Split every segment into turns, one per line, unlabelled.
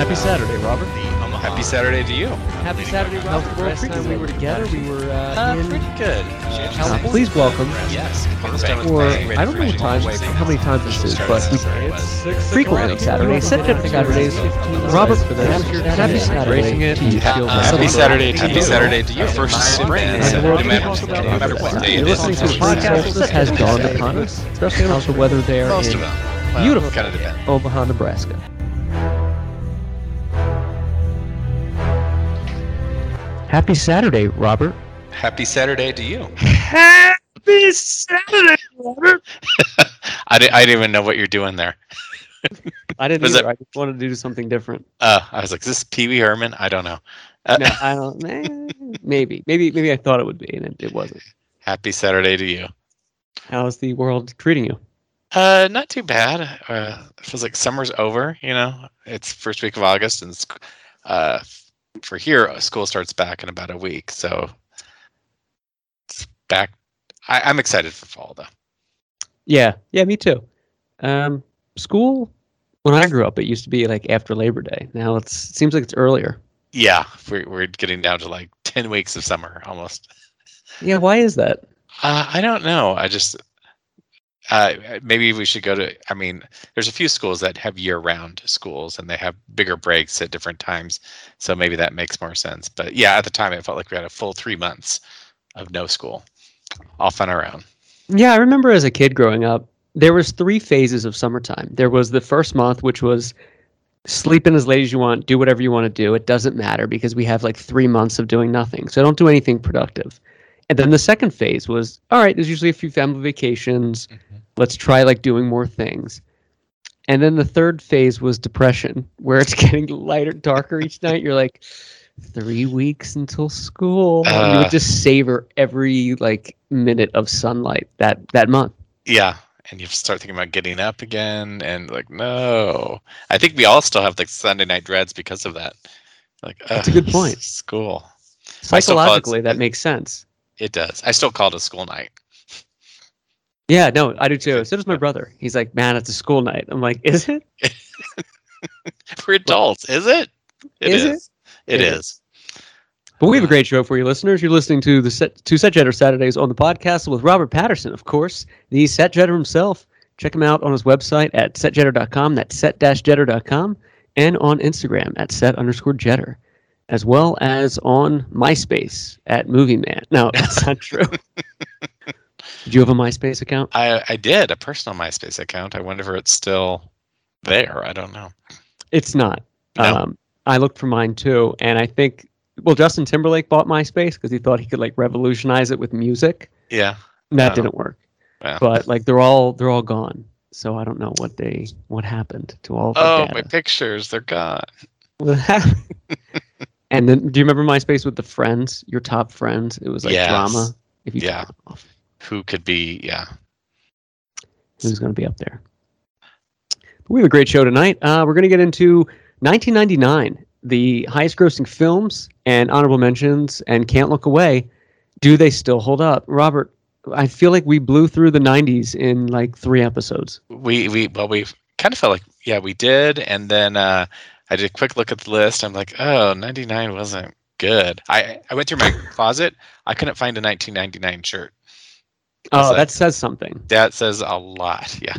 Happy Saturday, Robert.
The Omaha.
Happy Saturday to you.
Happy Saturday,
Now,
Robert.
the
Last
last
time we were together, we were uh,
Uh,
in.
pretty good.
Uh,
Changes.
please welcome.
Yes. Perfect.
Or I don't know what time, how many times this is, but we frequently Saturday, except on Saturdays. Robert, happy Saturday. to you.
Happy Saturday to
Happy
you.
Saturday to you.
First
Happy
spring.
Saturday.
so
And we'll
No matter
keep talking
no matter
about
what
it.
day
You're
it is.
listening to a
it's Saturday.
podcast that has dawned upon us, especially how's the weather there
Most of
in
them. Well,
beautiful
Kind of depends.
Omaha, Nebraska. Happy Saturday, Robert.
Happy Saturday to you.
Happy Saturday, Robert.
I didn't, I didn't even know what you're doing there.
I didn't
Was
either. I just wanted to do something different.
Uh, I was like, is this Pee Wee Herman? I don't know. Uh,
No, I don't. eh, Maybe, maybe, maybe I thought it would be, and it, it wasn't.
Happy Saturday to you.
How's the world treating you?
Uh, not too bad. Uh, it feels like summer's over. You know, it's first week of August, and sc- uh, for here, uh, school starts back in about a week. So it's back. I, I'm excited for fall, though.
Yeah, yeah, me too. Um, school. When I grew up, it used to be like after Labor Day. Now it's it seems like it's earlier.
Yeah, we're we're getting down to like ten weeks of summer almost.
Yeah, why is that?
Uh, I don't know. I just uh, maybe we should go to. I mean, there's a few schools that have year-round schools, and they have bigger breaks at different times. So maybe that makes more sense. But yeah, at the time, it felt like we had a full three months of no school, off on our own.
Yeah, I remember as a kid growing up, there was three phases of summertime. There was the first month, which was sleep in as late as you want, do whatever you want to do. It doesn't matter because we have like three months of doing nothing. So don't do anything productive. And then the second phase was, all right, there's usually a few family vacations. Let's try like doing more things. And then the third phase was depression, where it's getting lighter, darker each night. You're like, three weeks until school. and you
Uh.
would just savor every like minute of sunlight that that month.
Yeah, and you start thinking about getting up again, and like, no. I think we all still have like Sunday night dreads because of that. Like,
That's a
ugh,
good point.
School. I still call it-
Psychologically, that makes sense.
It does. I still call it a school night.
Yeah, no, I do too. So does my brother. He's like, man, it's a school night. I'm like, is it?
We're adults, is it?
Is it?
is. It,
It
it is.
But we have a great show for you, listeners. You're listening to the set, to Set Jetter Saturdays on the podcast with Robert Patterson, of course, the Set Jetter himself. Check him out on his website at setjetter.com. That's set-jetter.com, and on Instagram at set underscore jetter, as well as on MySpace at Movie Man. No, that's not true. Did you have a MySpace account?
I I did a personal MySpace account. I wonder if it's still there. I don't know.
It's not.
No.
Um, I looked for mine too, and I think well, Justin Timberlake bought MySpace because he thought he could like revolutionize it with music.
Yeah.
That
Oh.
didn't work.
Wow.
But like they're all they're all gone. So I don't know what they what happened to all of our
Oh, my
data.
pictures, they're gone.
What happened? and then do you remember MySpace with the friends, your top friends? It was like
Yes.
drama. If you turn
Yeah.
it off,
Who could be? Yeah.
who's gonna be up there? But we have a great show tonight. Uh, we're gonna get into 1999, the highest grossing films and honorable mentions, and Can't Look Away. Do they still hold up, Robert? I feel like we blew through the 90s in like three episodes.
We we well we kind of felt like yeah we did, and then uh, I did a quick look at the list. I'm like, oh, 99 wasn't good. I I went through my closet. I couldn't find a 1999 shirt.
Oh,
It's like-
that says something.
That says a lot. Yeah.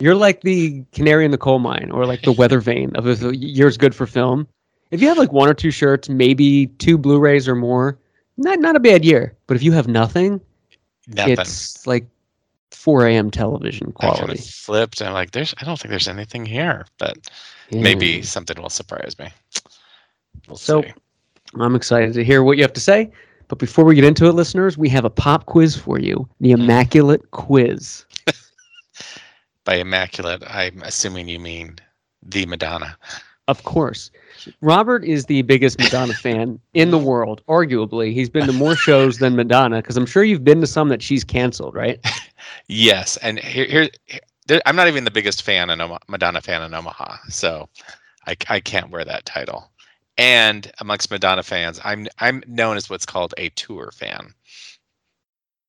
You're like the canary in the coal mine, or like the weather vane of if the year's good for film. If you have like one or two shirts, maybe two Blu-rays or more, not not a bad year. But if you have nothing,
Nothing.
it's like 4 a.m. television
I kind
quality.
of flipped. And I'm like, there's. I don't think there's anything here, but
Yeah.
maybe something will surprise me. We'll
So-
see.
I'm excited to hear what you have to say. But before we get into it, listeners, we have a pop quiz for you: the
Hmm.
immaculate quiz.
By immaculate, I'm assuming you mean the Madonna.
Of course. Robert is the biggest Madonna fan in the world, arguably. He's been to more shows than Madonna because I'm sure you've been to some that she's canceled, right?
Yes, and here, here, there, I'm not even the biggest fan in Oma- Madonna fan in Omaha, so I, I can't wear that title. And amongst Madonna fans, I'm I'm known as what's called a tour fan.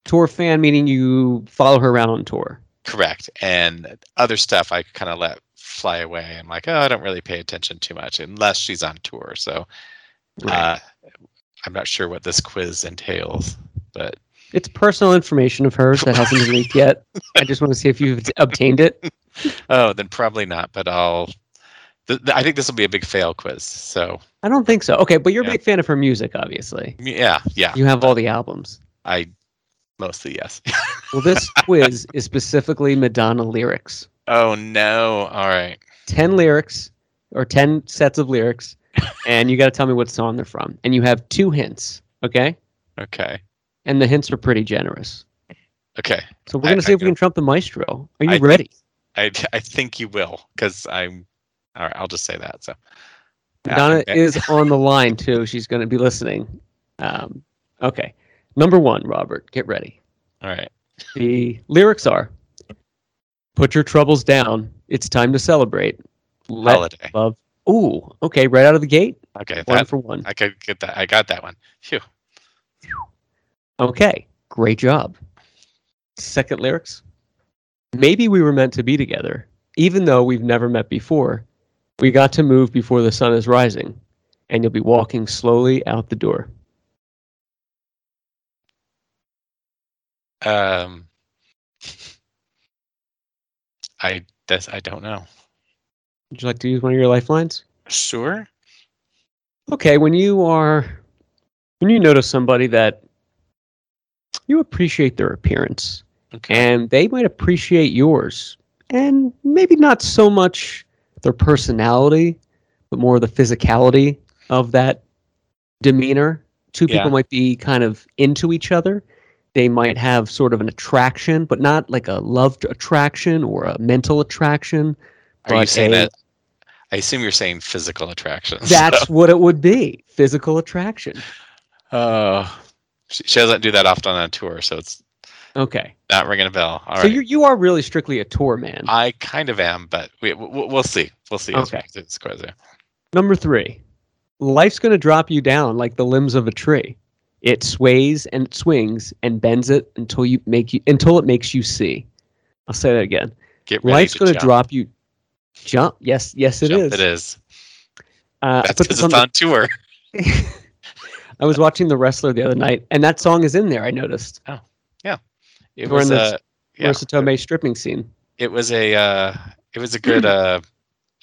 Tour fan meaning you follow her around on tour.
Correct. And other stuff I kind of let fly away. I'm like, oh, I don't really pay attention too much unless she's on tour. So uh, I'm not sure what this quiz entails, but
It's personal information of hers that hasn't been leaked yet. I just want to see if you've obtained it.
oh, then probably not. But I'll. Th- th- I think this will be a big fail quiz. So
I don't think so. Okay, but you're
Yeah.
a big fan of her music, obviously.
yeah, yeah,
You have all the albums.
I mostly yes.
Well, this quiz is specifically Madonna lyrics.
oh no! All right.
10 lyrics or 10 sets of lyrics, and you got to tell me what song they're from. And you have two hints, okay?
Okay.
And the hints are pretty generous.
Okay.
So we're
I-
going to
I
see if we
go-
can trump the maestro. Are you
I-
ready?
I I think you will because I'm. All right. I'll just say that. So. Yeah,
Madonna
I'm-
is on the line too. She's going to be listening. Um, okay. Number one, Robert, get ready.
All right.
The lyrics are Put your troubles down. It's time to celebrate. Let
Holiday.
love. Ooh, okay. Right out of the gate,
Okay.
one
That,
for one.
I could get that. I got that one. Phew.
Okay, great job. Second lyrics. Maybe we were meant to be together, even though we've never met before. We got to move before the sun is rising, and you'll be walking slowly out the door.
Um. I that's I don't know.
Would you like to use one of your lifelines?
Sure.
Okay, when you are when you notice somebody that you appreciate their appearance
Okay.
and they might appreciate yours and maybe not so much their personality but more the physicality of that demeanor two
Yeah.
people might be kind of into each other they might have sort of an attraction but not like a love attraction or a mental attraction
Are you
but
saying
a-
that? I assume you're saying physical attraction.
that's what it would be physical attraction
Oh. She, she doesn't do that often on tour, so it's
okay
not ringing a bell. All right.
so you you are really strictly a tour man.
I kind of am, but we, we'll, we'll see. We'll see. as we
Okay.
do this quiz here.
Number three, life's gonna drop you down like the limbs of a tree. It sways and it swings and bends it until you make you until it makes you see. I'll say that again.
Get ready
life's
to
gonna
jump.
drop you. Jump. Yes. Yes, it
Jump,
is.
It is.
Uh, I
That's
put
because
this
it's
on.
on tour.
the- I was watching The Wrestler the other night, and that song is in there. I noticed.
It
We're in
was uh,
this-
a yeah.
Marissa Tomei stripping scene.
It was a uh, it was a good
Hmm.
uh,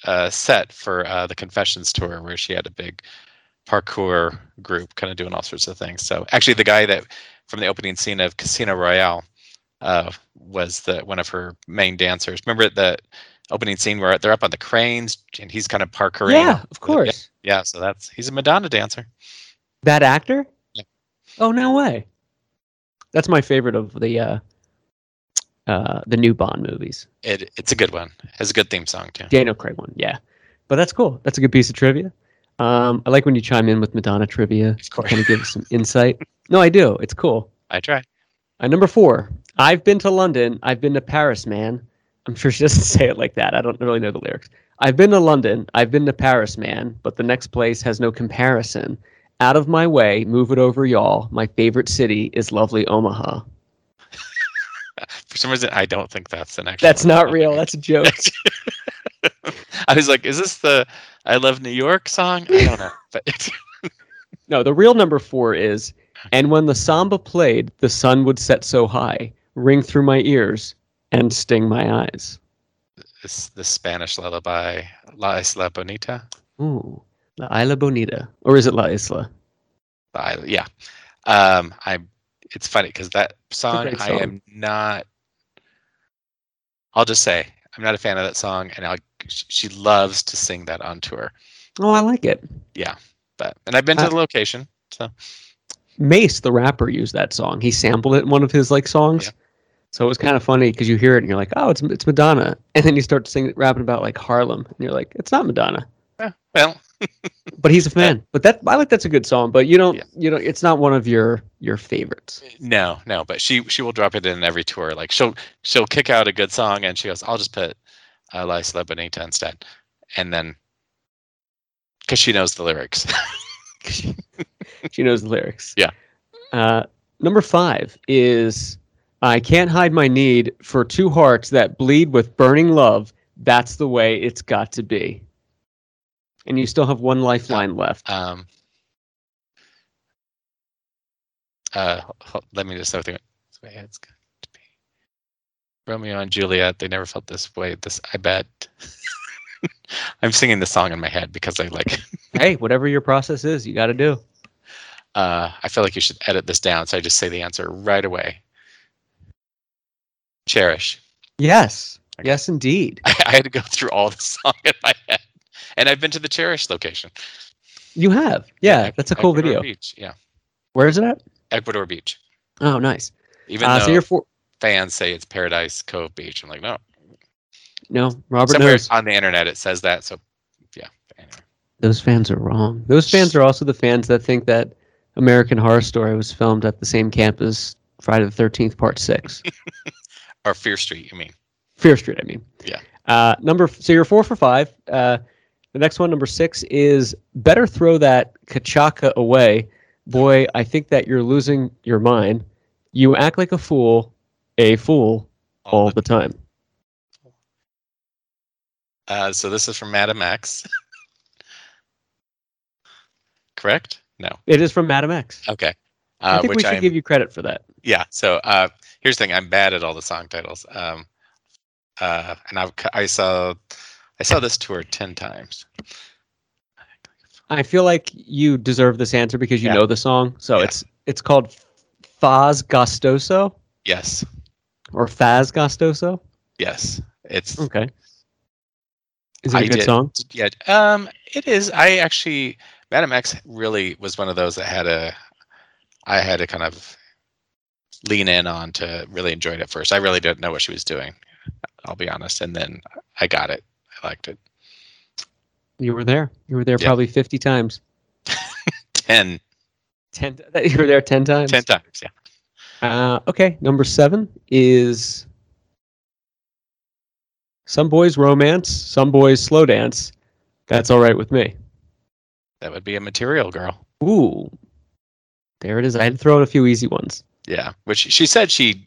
uh, set for uh, the Confessions tour where she had a big parkour group, kind of doing all sorts of things. So actually, the guy that from the opening scene of Casino Royale uh, was the one of her main dancers. Remember the opening scene where they're up on the cranes and he's kind of parkouring.
Yeah, of course.
Yeah, so that's he's a Madonna dancer.
That actor?
Yeah.
Oh no way. That's my favorite of the uh uh the new Bond movies.
It it's a good one. Has a good theme song too.
Daniel Craig one, yeah. But that's cool. That's a good piece of trivia. Um I like when you chime in with Madonna trivia.
Of course.
Kind of give some insight. No, I do. It's cool.
I try.
Uh, number four. I've been to London. I've been to Paris, man. I'm sure she doesn't say it like that. I don't really know the lyrics. I've been to London. I've been to Paris, man. But the next place has no comparison. Out of my way, move it over, y'all. My favorite city is lovely Omaha.
For some reason, I don't think that's an actual.
That's not
Okay.
real. That's a joke.
I was like, is this the I Love New York song? I don't know. But
No, the real number four is, and when the samba played, the sun would set so high, ring through my ears, and sting my eyes.
it's the Spanish lullaby, La Isla Bonita.
Ooh, La Isla Bonita, or is it La Isla?
The isla, yeah. Um, I. It's funny because that song,
great
I am not. I'll just say I'm not a fan of that song, and I she she loves to sing that on tour.
Oh, I like it.
But and I've been to
Ah.
the location.
Mace, the rapper, used that song. He sampled it in one of his like songs.
Yeah.
So it was kind of funny because you hear it and you're like, oh, it's it's Madonna, and then you start singing rapping about like Harlem, and you're like, it's not Madonna,
Well,
but he's a fan. but that I like that's a good song, but you don't
Yeah.
you know it's not one of your your favorites.
No, no, but she she will drop it in every tour. Like she'll she'll kick out a good song and she goes, "I'll just put uh, La Isla Bonita instead," and then because she knows the lyrics.
she knows the lyrics.
Yeah.
Uh, number five is I can't hide my need for two hearts that bleed with burning love. That's the way it's got to be. And you still have one lifeline left.
Um, uh, ho- ho- let me just know the way it's going to be. Romeo and Juliet, they never felt this way. This, I bet. I'm singing the song in my head because I like.
Hey, whatever your process is, you got to do.
Uh, I feel like you should edit this down, so I just say the answer right away. Cherish.
Yes.
Okay.
Yes, indeed.
I, had to go through all the song in my head, and I've been to the Cherish location. E-,
You have. Yeah, that's a cool
Ecuador
video.
Beach. Yeah,
Where is it at?
Ecuador Beach.
Oh, nice.
Even
Uh,
though
so you're four.
fans say it's Paradise Cove Beach, I'm like, no,
No, Robert
somewhere
knows.
on the internet it says that. So, yeah. Anyway.
Those fans are wrong. Those fans are also the fans that think that American Horror Story was filmed at the same camp as Friday the Thirteenth Part Six,
Or Fear Street, you mean?
Fear Street. I mean,
Yeah.
Uh, number so you're four for five. Uh, the next one, number six, is better throw that kachaka away, boy. I think that you're losing your mind. You act like a fool, a fool all the time.
Uh, so this is from Madam X. Correct? No.
It is from Madam X. I
Okay. Uh,
think we
which
should
I'm,
give you credit for that.
yeah. So uh, here's the thing: I'm bad at all the song titles. Um, uh, and I've, cu- I saw, I saw this tour ten times.
I feel like you deserve this answer because you
Yeah.
know the song. So
Yeah.
it's it's called Faz Gostoso
Yes,
or Faz Gostoso.
yes. It's
Okay. Is it a
I
good
did.
song?
Yeah, um, it is. I actually, Madam X really was one of those that had a, I had to kind of lean in on to really enjoy it at first. I really didn't know what she was doing. I'll be honest, and then I got it. I liked it.
You were there. You were there
Yeah.
probably 50 times.
Ten,
10 you were there 10 times.
ten times. Yeah.
Uh, okay, number 7 is Some boys romance, some boys slow dance. That's all right with me.
That would be a material girl.
Ooh. There it is. I had to throw in a few easy ones.
Yeah. Which she said she,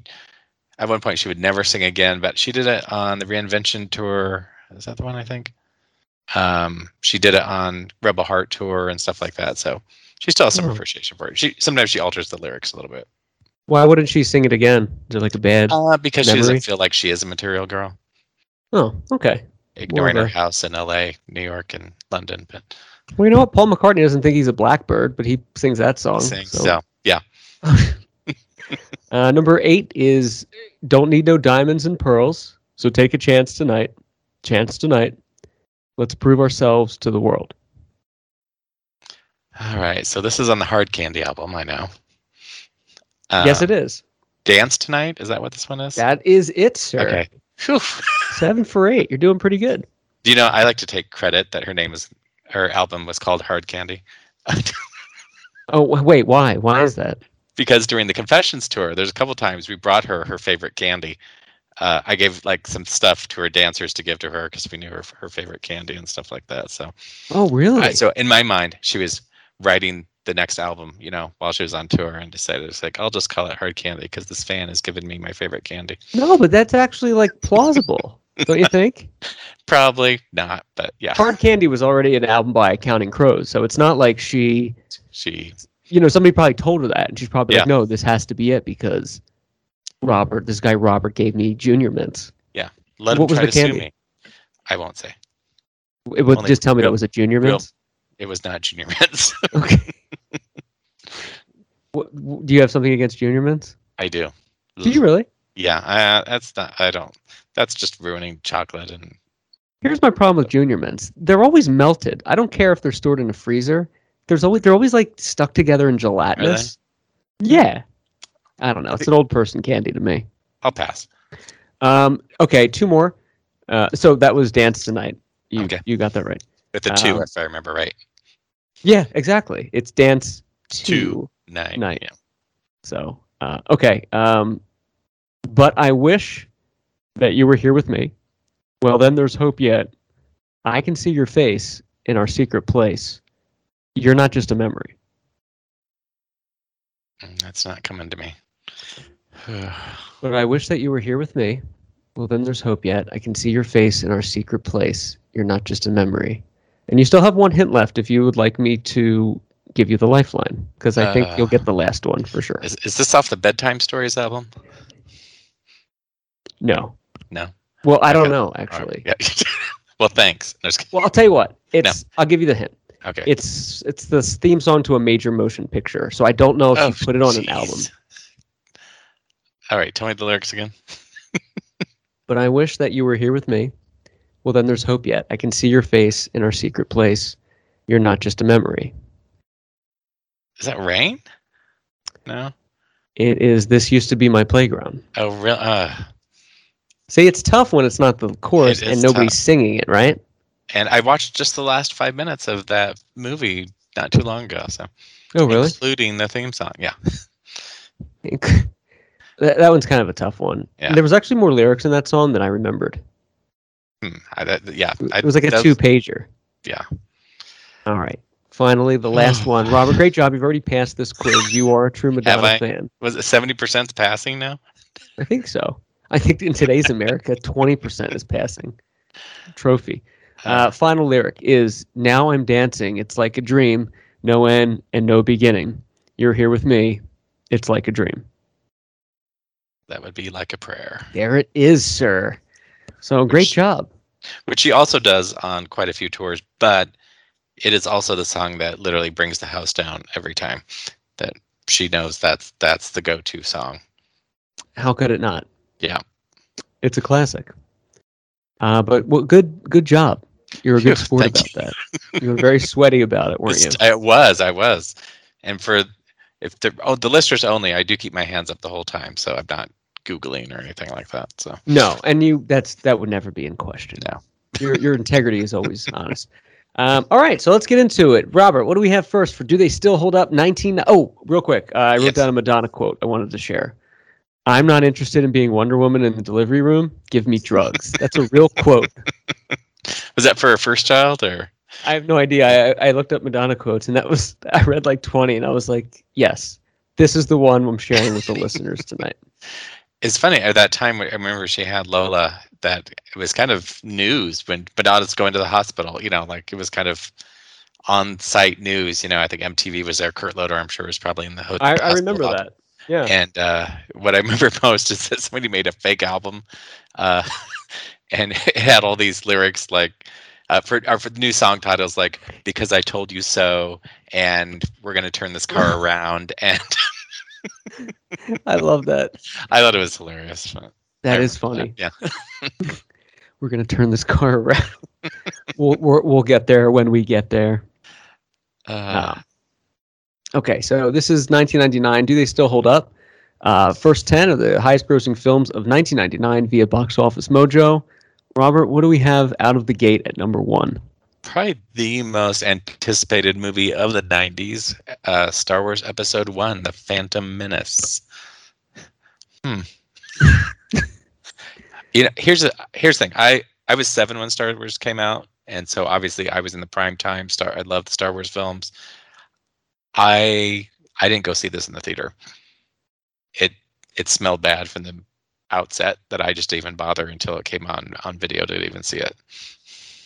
at one point, she would never sing again, but she did it on the Reinvention tour. Is that the one I think? Um, she did it on Rebel Heart tour and stuff like that. So she still has some
Oh.
appreciation for it. She sometimes she alters the lyrics a little bit
Why wouldn't she sing it again? Is it like a bad
uh, because she
Memory?
doesn't feel like she is a material girl.
Oh, okay.
Ignoring her
Whatever.
house in L.A., New York, and London, but
Well, you know what? Paul McCartney doesn't think he's a blackbird, but he sings that song.
sings,
so.
Oh, so yeah,
Uh, number eight is "Don't Need No Diamonds and Pearls," so take a chance tonight. Chance tonight. Let's prove ourselves to the world.
all right. So this is on the Hard Candy album. I know. Uh,
yes, it is.
Dance tonight. Is that what this one is?
That is it, sir.
Okay. Phew.
Seven for eight. You're doing pretty good.
Do you know? I like to take credit that her name is her album was called Hard Candy,
Oh w- wait, why? Why is that?
because during the Confessions tour, there's a couple times we brought her her favorite candy. Uh, I gave like some stuff to her dancers to give to her because we knew her her favorite candy and stuff like that. So,
Oh, really?
I- so in my mind, she was writing the next album, you know, while she was on tour, and decided it's like I'll just call it Hard Candy because this fan has given me my favorite candy.
no, but that's actually like plausible, don't you think?
Probably not, but yeah,
Hard Candy was already an album by Counting Crows, so it's not like she
she
you know, somebody probably told her that, and she's probably
Yeah.
like, "No, this has to be it because Robert, this guy Robert, gave me junior mints.
let
What
him
was
try
the
to sue
candy?
me. I won't say
It was
Only
just tell me that
real-
was a junior
real-
mints.
it was not Junior Mints.
Okay. What- w- do you have something against junior mints?
I do.
Did you really?
Yeah, uh, that's not. I don't. That's just ruining chocolate and
Here's my problem with junior mints: they're always melted. I don't care if they're stored in a freezer. There's always they're always like stuck together and gelatinous. Yeah, I don't know. It's an old person candy to me.
I'll pass.
Um, okay, two more. Uh, so that was dance tonight. You,
Okay.
you got that right.
With the
Uh,
two,
let's-
if I remember right,
Yeah, exactly. It's dance two.
Two. nine.
Nine.
Yeah.
So uh, okay. Um, but I wish that you were here with me. Well, then there's hope yet. I can see your face in our secret place. You're not just a memory.
Mm, That's not coming to me.
But I wish that you were here with me. Well, then there's hope yet. I can see your face in our secret place. You're not just a memory. And you still have one hint left if you would like me to give you the lifeline, because I think
Uh.
you'll get the last one for sure.
is, is this off the bedtime stories album?
No.
No.
Well, I don't
Okay.
know,
All right,
actually.
yeah. well, thanks. No, just kidding.
Well, I'll tell you what. It's I'll give you the hint.
okay.
It's it's the theme song to a major motion picture. So I don't know if
Oh,
you put it on
jeez.
an album.
All right, tell me the lyrics again.
But I wish that you were here with me. Well, then there's hope yet. I can see your face in our secret place. You're not just a memory.
Is that rain? No.
It is this used to be my playground.
Oh, real. Uh,
See, it's tough when it's not the chorus
It
and
is
nobody's singing it, right?
and I watched just the last five minutes of that movie not too long ago. So,
Oh, really?
including the theme song. Yeah.
that, that one's kind of a tough one.
Yeah.
There was actually more lyrics in that song than I remembered.
Hmm, I, that, yeah. I,
It was like a
that's-
two pager.
Yeah.
All right. Finally, the last one. Robert, great job. You've already passed this quiz. You are a true Madonna
I?
fan.
Was it seventy percent passing now?
I think so. I think in today's America, 20% is passing. Trophy. Uh, final lyric is Now I'm dancing. It's like a dream. No end and no beginning. You're here with me. It's like a dream.
that would be like a prayer,
There it is, sir. So great job.
which he also does on quite a few tours. But it is also the song that literally brings the house down every time. That she knows that's that's the go-to song.
How could it not?
Yeah.
It's a classic. Uh, but well, good good job. You were a good sport
Thank
about that. You were very sweaty about it, weren't you?
It's- It was, I was, and for if the oh the listeners only, I do keep my hands up the whole time, so I'm not googling or anything like that. So
No, and you that's that would never be in question.
No.
your your integrity is always honest. Um, all right, so let's get into it. Robert, what do we have first for do they still hold up 19 Oh, real quick. Uh, I wrote
Yes.
down a Madonna quote I wanted to share. I'm not interested in being Wonder Woman in the delivery room. Give me drugs. That's a real quote.
was that for a first child or
I have no idea. I, I looked up Madonna quotes, and that was I read like 20, and I was like, yes, this is the one I'm sharing with the listeners tonight.
it's funny at that time I remember she had Lola that it was kind of news when Madonna's going to the hospital. You know, like it was kind of on-site news. You know, I think MTV was there. Kurt Loder, I'm sure, was probably in the hotel.
I, I remember that. Yeah.
And uh, what I remember most is that somebody made a fake album, uh, and it had all these lyrics like uh, for our for new song titles like "Because I Told You So" and "We're Gonna Turn This Car Around." And
I love that.
I thought it was hilarious. but
That
I
is
remember
funny.
that, Yeah.
We're gonna turn this car around. we'll we're, we'll get there when we get there.
Uh,
Okay, so this is 1999. Do they still hold up? Uh, first 10 of the highest grossing films of 1999 via Box Office Mojo. Robert, what do we have out of the gate at number one?
probably the most anticipated movie of the '90s, uh, Star Wars Episode One: The Phantom Menace. Hmm. you know, here's a here's the thing. I I was seven when Star Wars came out, and so obviously I was in the prime time. Star I loved the Star Wars films. I I didn't go see this in the theater. It it smelled bad from the outset that I just didn't even bother until it came on on video to even see it.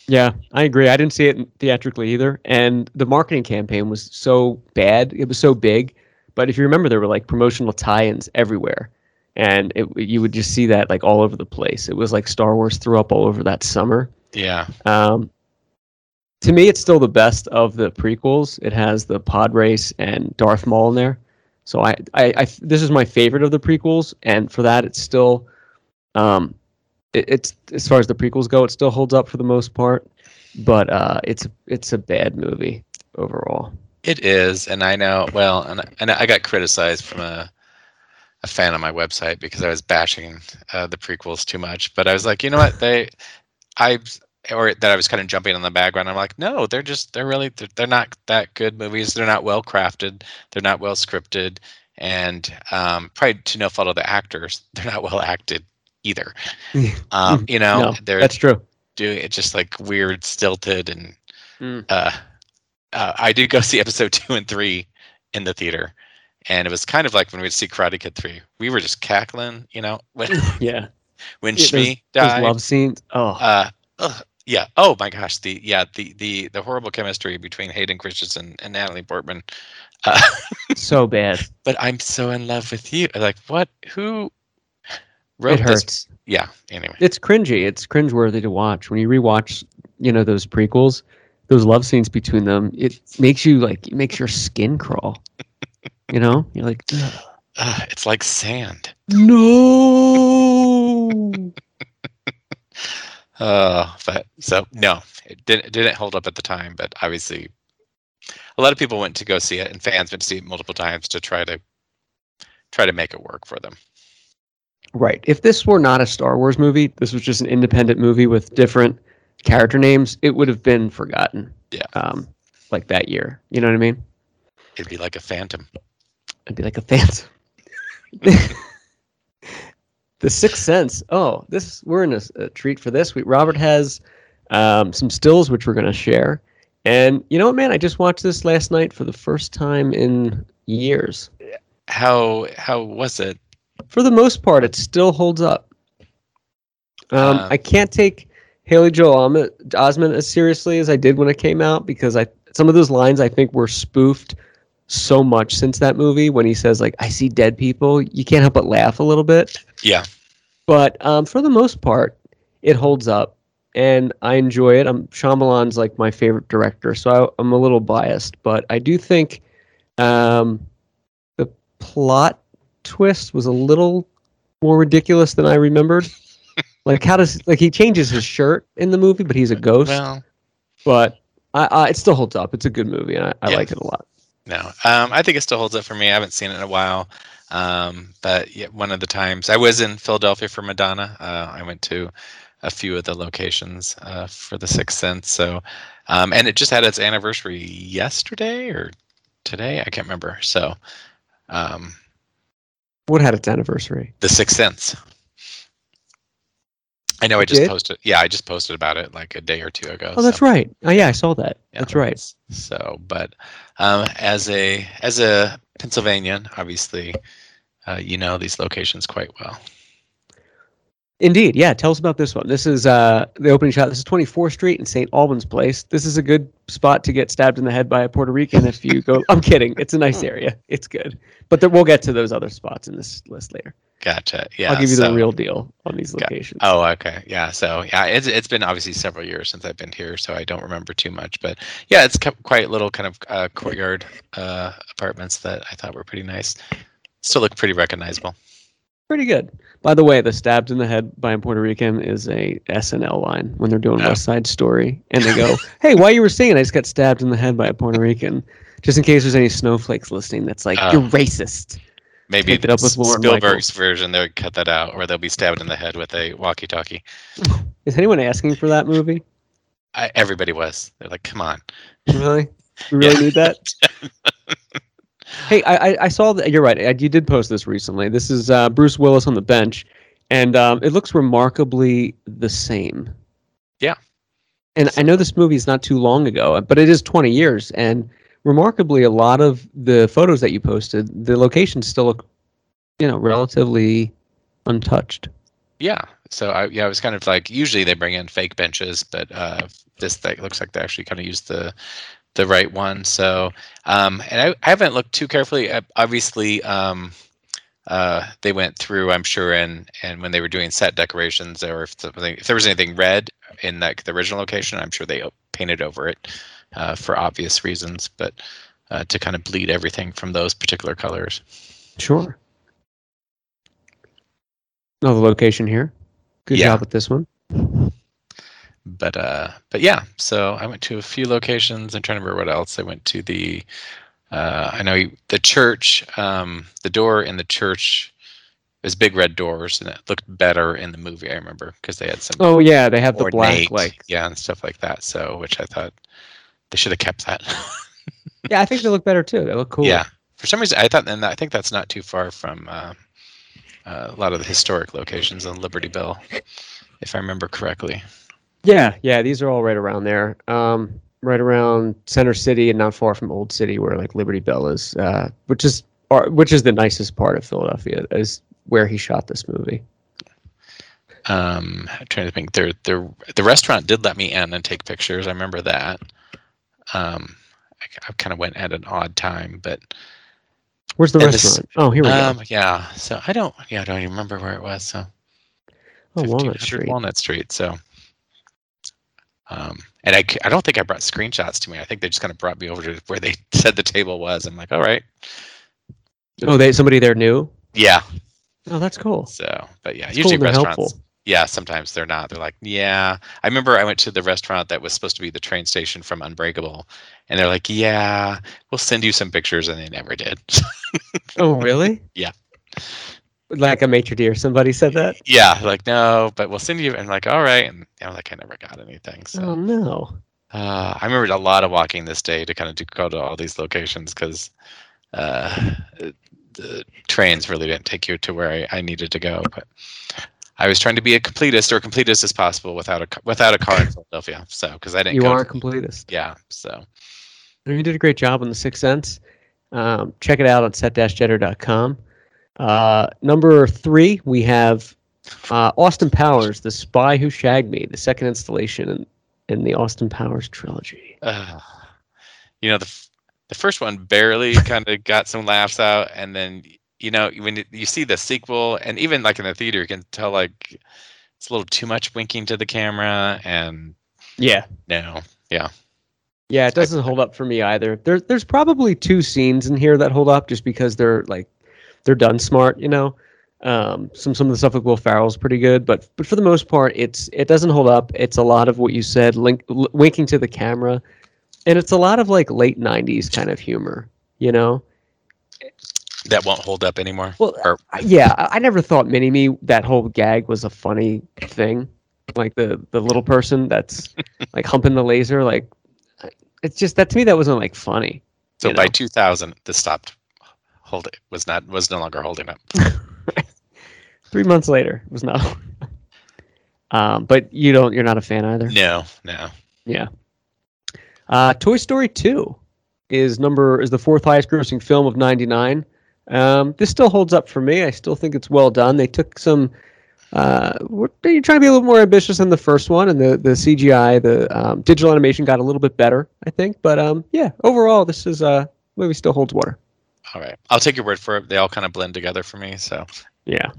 Yeah, I agree. I didn't see it theatrically either, and the marketing campaign was so bad. It was so big, but if you remember, there were like promotional tie-ins everywhere, and it, you would just see that like all over the place. It was like Star Wars threw up all over that summer.
Yeah.
Um, to me, it's still the best of the prequels. It has the pod race and Darth Maul in there. So I, I, I this is my favorite of the prequels, and for that, it's still, um, it, it's as far as the prequels go, it still holds up for the most part. But uh, it's it's a bad movie overall.
It is, and I know. Well, and and I got criticized from a a fan on my website because I was bashing uh, the prequels too much. But I was like, you know what? They, I or that I was kind of jumping on the background. I'm like, no, they're just they're really they're, they're not that good movies. They're not well crafted. They're not well scripted, and um, probably to no fault of the actors, they're not well acted either. um, you know,
No,
they're
That's true.
doing it just like weird, stilted, and
Mm.
uh, uh, I did go see episode two and three in the theater, And it was kind of like when we'd see Karate Kid 3. We were just cackling, you know, when,
Yeah.
when
Yeah, those-
Shmi
Those
died.
love scenes. Oh,
uh, ugh, yeah. Oh my gosh. The yeah the the the horrible chemistry between Hayden Christensen and Natalie Portman. Uh,
so bad.
but I'm so in love with you. Like what? Who wrote
It
this?
hurts.
Yeah. Anyway.
It's cringy. It's cringeworthy to watch. When you rewatch, you know, those prequels, those love scenes between them, it makes you like, it makes your skin crawl. You know? You're like, "Ugh,
Ugh, it's like sand.
no.
Uh, but so no, it didn't it didn't hold up at the time. But obviously, a lot of people went to go see it, and fans went to see it multiple times to try to try to make it work for them.
Right. If this were not a Star Wars movie, this was just an independent movie with different character names, it would have been forgotten.
Yeah.
Um, like that year. You know what I mean?
It'd be like a phantom.
I'd be like a phantom. the Sixth Sense. Oh, this we're in a, s- a treat for this. We Robert has um, some stills which we're gonna share. And you know what, man? I just watched this last night for the first time in years.
How how was it?
For the most part, it still holds up. Um,
Uh,
I can't take Haley Joel Osment, Osment as seriously as I did when it came out because I some of those lines I think were spoofed so much since that movie when he says like I see dead people. You can't help but laugh a little bit.
Yeah.
But um, for the most part, it holds up, and I enjoy it. I'm Shyamalan's like my favorite director, so I, I'm a little biased, but I do think um, the plot twist was a little more ridiculous than I remembered. like how does like he changes his shirt in the movie, but he's a ghost.
Well,
but I, I, it still holds up. It's a good movie, and I, I
Yeah.
like it a lot.
No, um, I think it still holds up for me. I haven't seen it in a while, um, but yeah, one of the times I was in Philadelphia for Madonna, uh, I went to a few of the locations uh, for The Sixth Sense. So, um, and it just had its anniversary yesterday or today. I can't remember. So, um,
What had its anniversary?
The Sixth Sense. I know I just
did?
posted. Yeah, I just posted about it like a day or two ago.
Oh, that's
so-
right. Oh yeah, I saw that.
yeah.
That's right.
So, but um, as a as a Pennsylvanian, obviously, uh, you know these locations quite well.
Indeed, yeah. Tell us about this one. This is uh, the opening shot. This is 24th Street and St. Albans Place. This is a good spot to get stabbed in the head by a Puerto Rican if you go. I'm kidding. It's a nice area. It's good. But there, we'll get to those other spots in this list later.
Gotcha. Yeah.
I'll give you
so-
the real deal on these
Got-
locations.
Oh, okay. Yeah. So, yeah, it's it's been obviously several years since I've been here, so I don't remember too much. But yeah, it's cu- quite little kind of uh, courtyard uh, apartments that I thought were pretty nice. Still look pretty recognizable.
Pretty good. By the way, the stabbed in the head by a Puerto Rican is a SNL line when they're doing
Oh.
West Side Story, and they go, "Hey, while you were singing, I just got stabbed in the head by a Puerto Rican." Just in case there's any snowflakes listening, that's like
Oh.
you're racist.
Maybe
Picked it up with Lorne
Spielberg's
Michaels.
version, they'll cut that out, or they'll be stabbed in the head with a walkie-talkie.
Is anyone asking for that movie?
I, everybody was. They're like, "Come on."
Really? We really
Yeah.
need that. hey, I, I- I saw that. You're right. I, you did post this recently. This is uh, Bruce Willis on the bench, and um, it looks remarkably the same.
Yeah.
And I know this movie is not too long ago, but it is 20 years, and remarkably, a lot of the photos that you posted, the locations still look, you know, relatively untouched.
Yeah. So I yeah, I was kind of like usually they bring in fake benches, but uh this thing looks like they actually kind of used the the right one. So um and I, I haven't looked too carefully. Uh, Obviously, um uh they went through, I'm sure, and and when they were doing set decorations or if something if there was anything red in like the original location, I'm sure they o- painted over it uh for obvious reasons, but uh, to kind of bleed everything from those particular colors.
Sure. Another Oh, location here. Good
Yeah.
job with this one.
but uh but yeah so i went to a few locations i'm trying to remember what else i went to the uh i know you- the church um the door in the church was big red doors and it looked better in the movie i remember because they had some
Oh yeah, they have the
ornate-
black like.
yeah and stuff like that so which i thought they should have kept that
Yeah, I think they look better too. They look cool.
yeah for some reason i thought and i think that's not too far from uh, uh, a lot of the historic locations on libertyville if i remember correctly
Yeah, yeah, these are all right around there. Um, right around Center City and not far from Old City where like Liberty Bell is, uh, which is or which is the nicest part of Philadelphia is where he shot this movie.
Um, I'm trying to think. There, there, the restaurant did let me in and take pictures. I remember that. Um, I, kind of went at an odd time, but
Where's the
And this-
restaurant? oh, here we
um, yeah. So I don't, yeah, I don't even remember where it was. So
go. Oh,
1500
Walnut Street.
Walnut Street. So, um, and I, c- I don't think I brought screenshots to me. I think they just kind of brought me over to where they said the table was. I'm like, all right,
Oh, they somebody there knew.
yeah.
Oh, that's cool.
So, but yeah,
It's cool
usually
and they're
restaurants.
helpful.
Yeah, sometimes they're not. They're like, yeah. I remember I went to the restaurant that was supposed to be the train station from Unbreakable, and they're like, yeah, we'll send you some pictures, and they never did.
Oh, really?
Yeah.
Like a maitre d' or somebody said that.
yeah, like no, but we'll send you. And like, all right, and I'm like, I never got anything. So.
Oh no.
Uh, I remembered a lot of walking this day to kind of to go to all these locations because uh, the trains really didn't take you to where I, I needed to go. But I was trying to be a completist or completist as possible without a ca- without a car in Philadelphia. So because I didn't.
You
go
are a
to-
completist.
yeah. So
And you did a great job on the Sixth Sense. Um, check it out on set-jetter.com. Uh, number three, we have uh, Austin Powers, The Spy Who Shagged Me, the second installation in, in the Austin Powers trilogy.
uh, you know the f- the first one barely kind of got some laughs out, and then you know when you- you see the sequel, and even like in the theater, you can tell like it's a little too much winking to the camera, and
Yeah.
no,
Yeah, it doesn't hold up for me either. There, there's probably two scenes in here that hold up just because they're like they're done smart, you know. Um, some some of the stuff with Will Farrell's pretty good, but but for the most part, it's it doesn't hold up. It's a lot of what you said, link, l- winking to the camera, and it's a lot of like late '90s kind of humor, you know.
that won't hold up anymore.
Well,
Or-
I- yeah, I, I never thought Mini Me that whole gag was a funny thing, like the the little person that's like humping the laser, like it's just that to me that wasn't like funny.
So
you
by
know.
2000, this stopped. Hold it was not was no longer holding up.
three months later it was not um, but you don't you're not a fan either
No, no.
uh, toy story 2 is number is the fourth highest grossing film of 99 um, this still holds up for me i still think it's well done they took some uh, what- they try to be a little more ambitious than the first one and the, the cgi the um, digital animation got a little bit better i think but um, yeah overall this is uh, movie still holds water
All right, I'll take your word for it. They all kind of blend together for me. So
yeah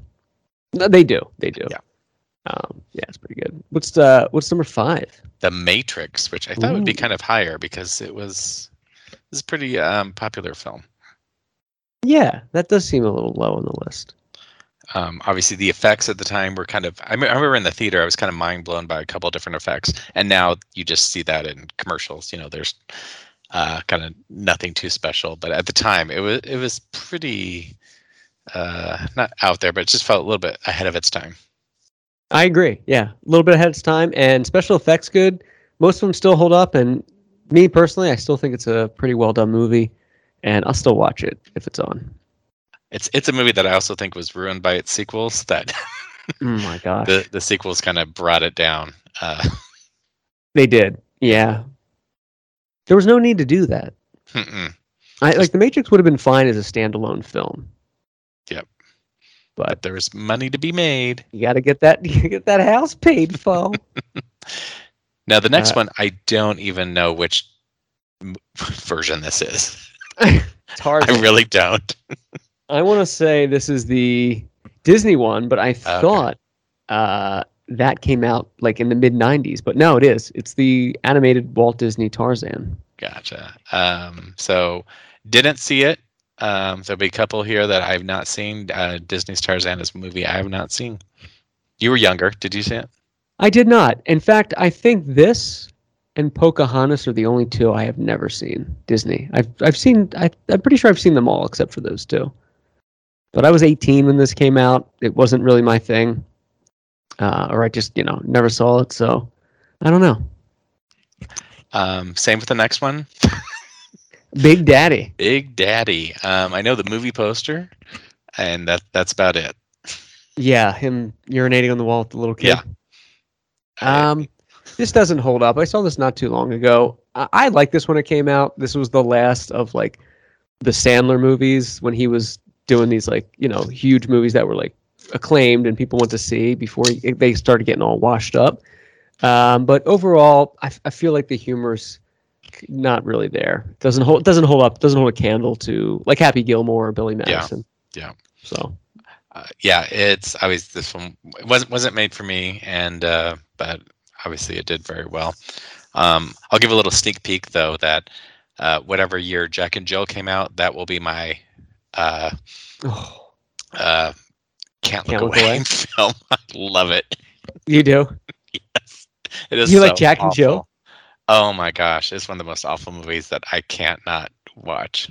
No, they do they do
Yeah.
um, yeah it's pretty good what's uh, what's number five
the Matrix, which I thought would be
Ooh.
kind of higher because it was this is a pretty um, popular film.
Yeah, that does seem a little low on the list.
Um, obviously, the effects at the time were kind of. I, mean, I remember in the theater, I was kind of mind blown by a couple different effects, and now you just see that in commercials. You know, there's uh, kind of nothing too special, but at the time, it was it was pretty uh, not out there, but it just felt a little bit ahead of its time.
I agree. Yeah, a little bit ahead of its time, and special effects good. Most of them still hold up, and me personally, I still think it's a pretty well done movie, and I'll still watch it if it's on.
It's it's a movie that I also think was ruined by its sequels. That
Oh my gosh,
the the sequels kind of brought it down. Uh,
they did. Yeah, there was no need to do that.
mm-mm.
I like The Matrix would have been fine as a standalone film.
Yep.
but
but there was money to be made.
you got to get that you get that house paid for.
Now the next
Uh,
one, I don't even know which m- version this is.
it's hard.
I really don't.
I want to say this is the Disney one, but I thought uh, that came out like in the mid '90s. But no, it is. It's the animated Walt Disney Tarzan.
Gotcha. Um, so didn't see it. Um, there'll be a couple here that I've not seen. Uh, Disney's Tarzan is a movie I have not seen. You were younger. Did you see it?
I did not. In fact, I think this and Pocahontas are the only two I have never seen Disney. I've I've seen. I, I'm pretty sure I've seen them all except for those two. But I was 18 when this came out. It wasn't really my thing, uh, or I just you know never saw it. So I don't know.
Um, same with the next one,
Big Daddy.
Big Daddy. Um, I know the movie poster, and that that's about it.
Yeah, him urinating on the wall with the little kid.
Yeah. Ah,
Um, this doesn't hold up. I saw this not too long ago. I, I liked this when it came out. This was the last of like the Sandler movies when he was doing these like you know huge movies that were like acclaimed and people went to see before he, they started getting all washed up. Um, but overall, I, f- I feel like the humor's not really there. Doesn't hold doesn't hold up. Doesn't hold a candle to like Happy Gilmore or Billy Madison.
yeah.
So
uh, yeah, it's I was this one it wasn't wasn't made for me, and uh, but obviously it did very well. Um, I'll give a little sneak peek though that uh, whatever year Jack and Jill came out, that will be my uh,
oh,
uh, can't,
Can't
look,
Look
away,
Away?
film. I love it.
you do.
It is.
You like
so
Jack and
awful.
Jill?
Oh my gosh, it's one of the most awful movies that I can't not watch.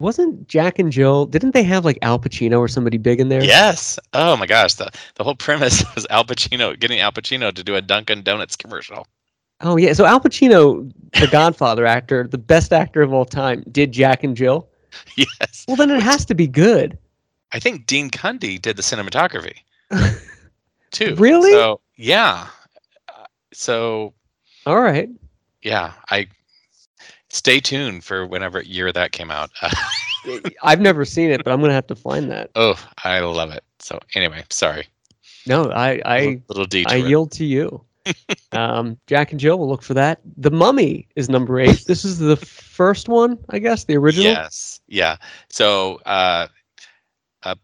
Wasn't Jack and Jill? Didn't they have like Al Pacino or somebody big in there?
Yes. Oh my gosh, the the whole premise was Al Pacino getting Al Pacino to do a Dunkin' Donuts commercial.
Oh yeah. So Al Pacino, the Godfather actor, the best actor of all time, did Jack and Jill.
Yes.
Well, then it has to be good.
I think Dean Cundy did the cinematography too.
Really?
So yeah. Uh, So
All right.
yeah, I stay tuned for whenever year that came out.
I've never seen it, but I'm gonna have to find that.
oh, I love it. So anyway, sorry.
No, I I
little, little
I
detour.
yield to you. um, Jack and Jill will look for that. The Mummy is number eight. This is the first one, I guess, the original.
Yes. Yeah. So uh, uh,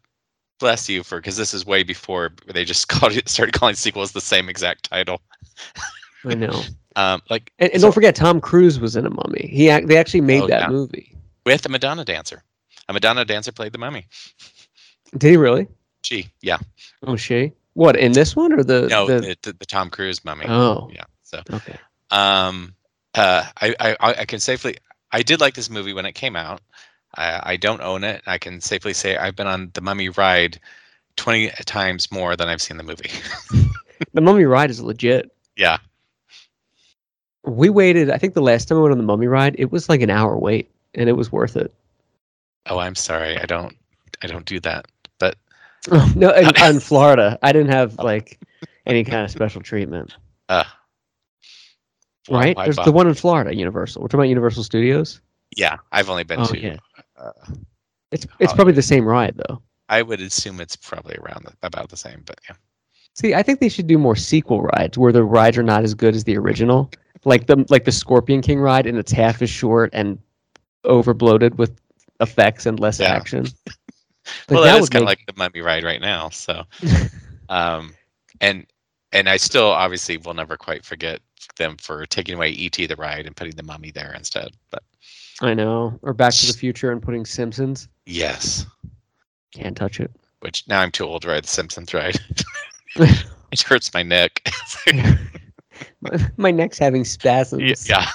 bless you for because this is way before they just called it, started calling sequels the same exact title.
I know.
Um, like
And, and
So-
don't forget, Tom Cruise was in a Mummy. He ac- they actually made
Oh,
that
yeah.
movie.
with a Madonna dancer. A Madonna dancer played the mummy.
Did he really?
Gee, yeah.
Oh, she. What in this one or the?
No,
the-
the, the, the Tom Cruise mummy.
oh,
Yeah. So
okay.
um, uh, I, I I- I can safely I did like this movie when it came out. I, I don't own it. I can safely say I've been on the Mummy ride twenty times more than I've seen the movie.
The Mummy ride is legit.
yeah.
We waited. I think the last time we went on the Mummy ride, it was like an hour wait, and it was worth it.
Oh, I'm sorry. I don't I don't do that. But
no, in, in Florida, I didn't have like any kind of special treatment.
uh, why-
Right?
why
There's
bother?
the one in Florida, Universal. We're talking about Universal Studios.
Yeah, I've only been
Oh,
to.
yeah.
Uh,
It's it's probably the same ride though.
I would assume it's probably around the, about the same. But yeah.
See, I think they should do more sequel rides where the rides are not as good as the original. Like the like the Scorpion King ride, and it's half as short and over bloated with effects and less
Yeah.
action. Like,
well, that is
would
kind of
make-
like the mummy ride right now. So, um, and and I still obviously will never quite forget them for taking away ET the ride and putting the mummy there instead. But
I know, or Back to the Future and putting Simpsons.
yes,
Can't touch it.
which now I'm too old to ride the Simpsons ride. it hurts my neck.
My, my neck's having spasms.
yeah,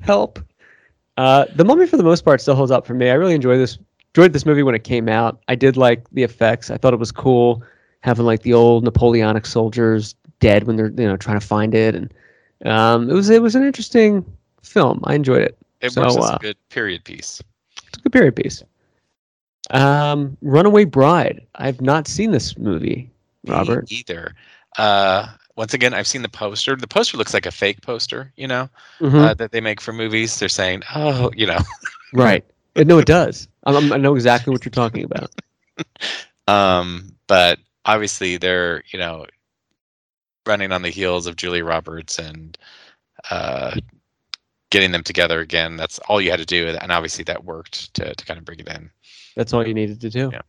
help. Uh, the Mummy, for the most part, still holds up for me. I really enjoy this. Enjoyed this movie when it came out. I did like the effects. I thought it was cool having like the old Napoleonic soldiers dead when they're you know trying to find it, and um, it was it was an interesting film. I enjoyed it.
it
So,
works as
uh,
a good period piece.
It's a good period piece. Um, Runaway Bride. I've not seen this movie,
Me
Robert.
either. Uh, once again, I've seen the poster. The poster looks like a fake poster, you know,
Mhm.
uh, that they make for movies. They're saying, "Oh, you know."
right? Uh, No, it does. i I'm, I know exactly what you're talking about.
Um, but obviously they're, you know, running on the heels of Julia Roberts and uh getting them together again. That's all you had to do. And obviously that worked to to kind of bring it in.
That's all you needed to do.
Yeah.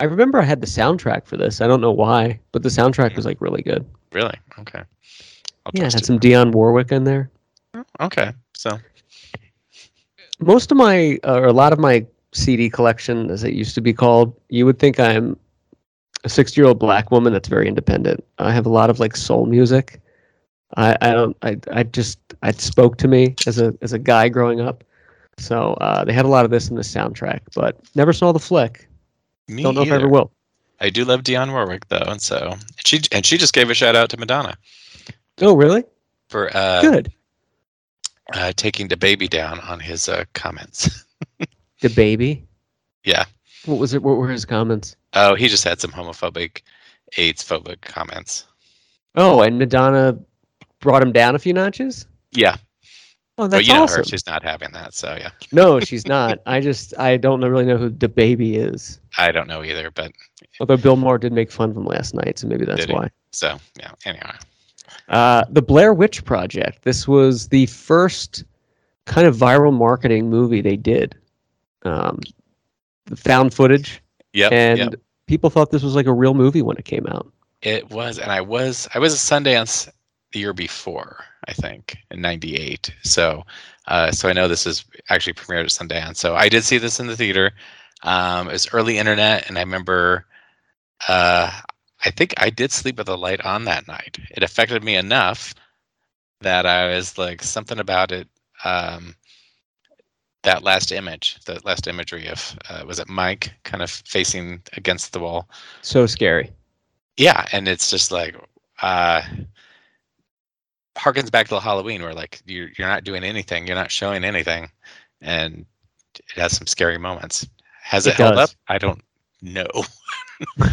I remember I had the soundtrack for this. I don't know why, but the soundtrack was like really good.
Really? Okay. I'll
Yeah, it
trust
had
you.
some Dion Warwick in there.
Okay. So
Most of my, uh, or a lot of my CD collection, as it used to be called, you would think I'm a 60 year old black woman that's very independent. I have a lot of like soul music. I, I don't, I, I just, it spoke to me as a, as a guy growing up. So uh, they had a lot of this in the soundtrack, but never saw the flick.
me
Don't know if I
either.
ever will.
I do love Dionne Warwick though, and so and she and she just gave a shout out to Madonna
Oh, really?
for uh,
Good.
uh taking the baby down on his uh comments.
The baby.
Yeah.
What was it? What were his comments?
Oh, he just had some homophobic, AIDS phobic comments.
Oh, and Madonna brought him down a few notches.
Yeah.
Oh, that's
but you know
awesome.
her, she's not having that. So yeah,
no, she's not. I just I don't know, really know who the baby is.
I don't know either. But
Although Bill Maher did make fun of him last night, so maybe that's
Did he?
why.
so yeah. Anyway,
Uh, the Blair Witch Project. This was the first kind of viral marketing movie they did. Um, the found footage,
yep,
and
yep.
people thought this was like a real movie when it came out.
It was, and I was I was at Sundance the year before, I think, in '98. So, uh, so I know this is actually premiered at Sundance. So I did see this in the theater. Um, it was early internet, and I remember, uh, I think I did sleep with the light on that night. It affected me enough that I was like something about it. Um, that last image, that last imagery of uh, was it Mike kind of facing against the wall
So scary.
yeah and it's just like uh harkens back to halloween where like you're, you're not doing anything you're not showing anything and it has some scary moments has it,
It
held up
does.
i don't know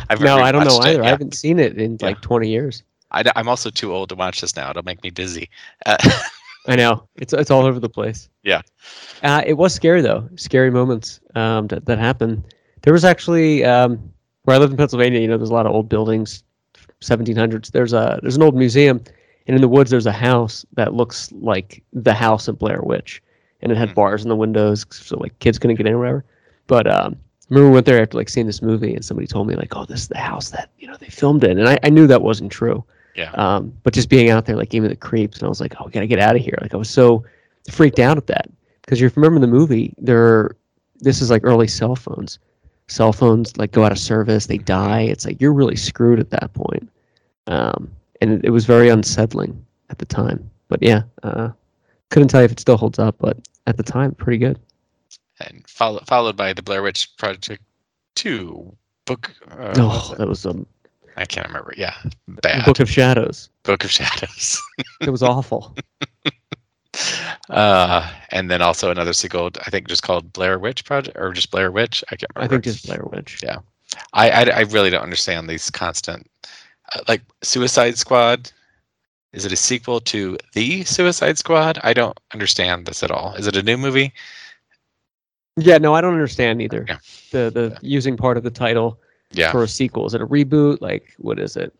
I've
No, I don't know
rewatched it,
either. I
yeah.
haven't seen it in
Yeah.
like 20 years.
I, am also too old to watch this now it'll make me dizzy uh,
I know it's it's all over the place.
Yeah.
uh, it was scary though. Scary moments um, that that happened. There was actually um, where I live in Pennsylvania. You know, there's a lot of old buildings, 1700s. There's a there's an old museum, and in the woods there's a house that looks like the house of Blair Witch, and it had
Hmm.
bars in the windows, so like kids couldn't get in or whatever. But um, I remember we went there after like seeing this movie, and somebody told me like, "Oh, this is the house that you know they filmed in," and I, I knew that wasn't true.
Yeah.
Um, but just being out there like gave me the creeps, and I was like, "Oh, we gotta get out of here!" Like I was so freaked out at that because you remember in the movie there. This is like early cell phones. Cell phones like go out of service, they die. It's like you're really screwed at that point. Um, and it, it was very unsettling at the time. But yeah, uh, couldn't tell you if it still holds up, but at the time, pretty good.
and follow, followed by the blair witch project 2 book uh,
Oh, that was a
i can't remember yeah bad book,
book of shadows.
of shadows
It was awful.
uh and then also another sequel i think just called blair witch project or just blair witch i can't
I
remember
think just Blair Witch.
Yeah. I, I I really don't understand these constant, uh, like Suicide Squad. Is it a sequel to the Suicide Squad? I don't understand this at all. Is it a new movie?
Yeah, no, I don't understand either.
Yeah.
The the using part of the title
Yeah,
for a sequel is it a reboot? Like, what is it?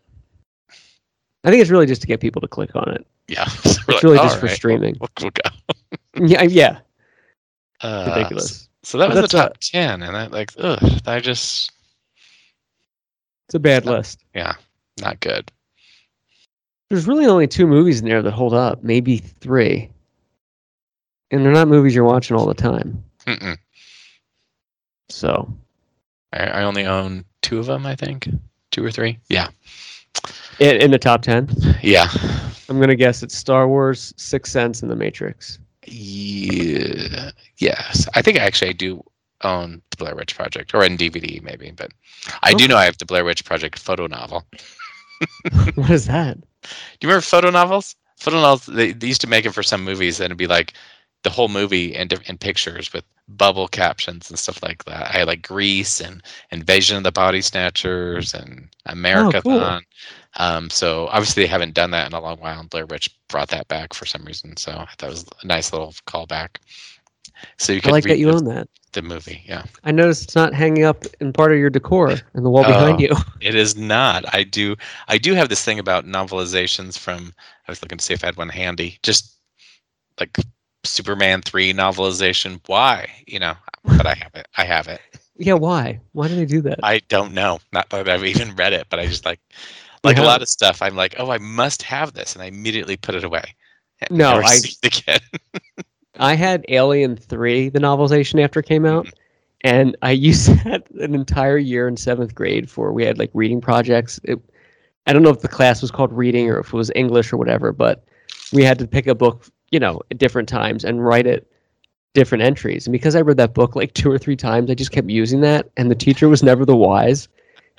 I think it's really just to get people to click on it.
yeah. So we're
It's
like,
really
"All
just for
right,
streaming.
We'll, we'll go.
Yeah, yeah,
Uh,
ridiculous.
So that
But
was the
that's
top
a-
ten, and I like, ugh, I just
It's a bad
Yeah.
list.
not good.
There's really only two movies in there that hold up, maybe three, and they're not movies you're watching all the time.
Mm-mm.
So
I, I only own two of them, I think, two or three. Yeah,
in, in the top ten,
yeah,
I'm gonna guess it's Star Wars, Sixth Sense, and The Matrix.
yeah. Yes, I think actually I do own the Blair Witch Project, or on DVD maybe, but I do
Okay.
know I have the Blair Witch Project photo novel.
what is that?
Do you remember photo novels? Photo novels, they, they used to make it for some movies, and it'd be like the whole movie and in pictures with bubble captions and stuff like that. I had like Grease and Invasion of the Body Snatchers and America.
Oh, cool.
um, so obviously they haven't done that in a long while, and Blair Witch brought that back for some reason. So I thought it was a nice little callback. So you
I
could
like
read
that you
the,
own that.
the movie. Yeah,
I noticed it's not hanging up in part of your decor in the wall behind
Oh.
you.
it is not. I do. I do have this thing about novelizations from. I was looking to see if I had one handy. Just like Superman three novelization. Why? You know. But I have it. I have it.
Yeah, why? Why do they do that?
I don't know. Not that I've even read it, but I just like like a
Yeah.
lot of stuff. I'm like, oh, I must have this, and I immediately put it away. And
No,
never
I-
see it again.
I had Alien 3, the novelization after it came out, and I used that an entire year in seventh grade for we had like reading projects. It, I don't know if the class was called reading or if it was English or whatever, but we had to pick a book, you know, at different times and write it different entries. And because I read that book like two or three times, I just kept using that, and the teacher was never the wise.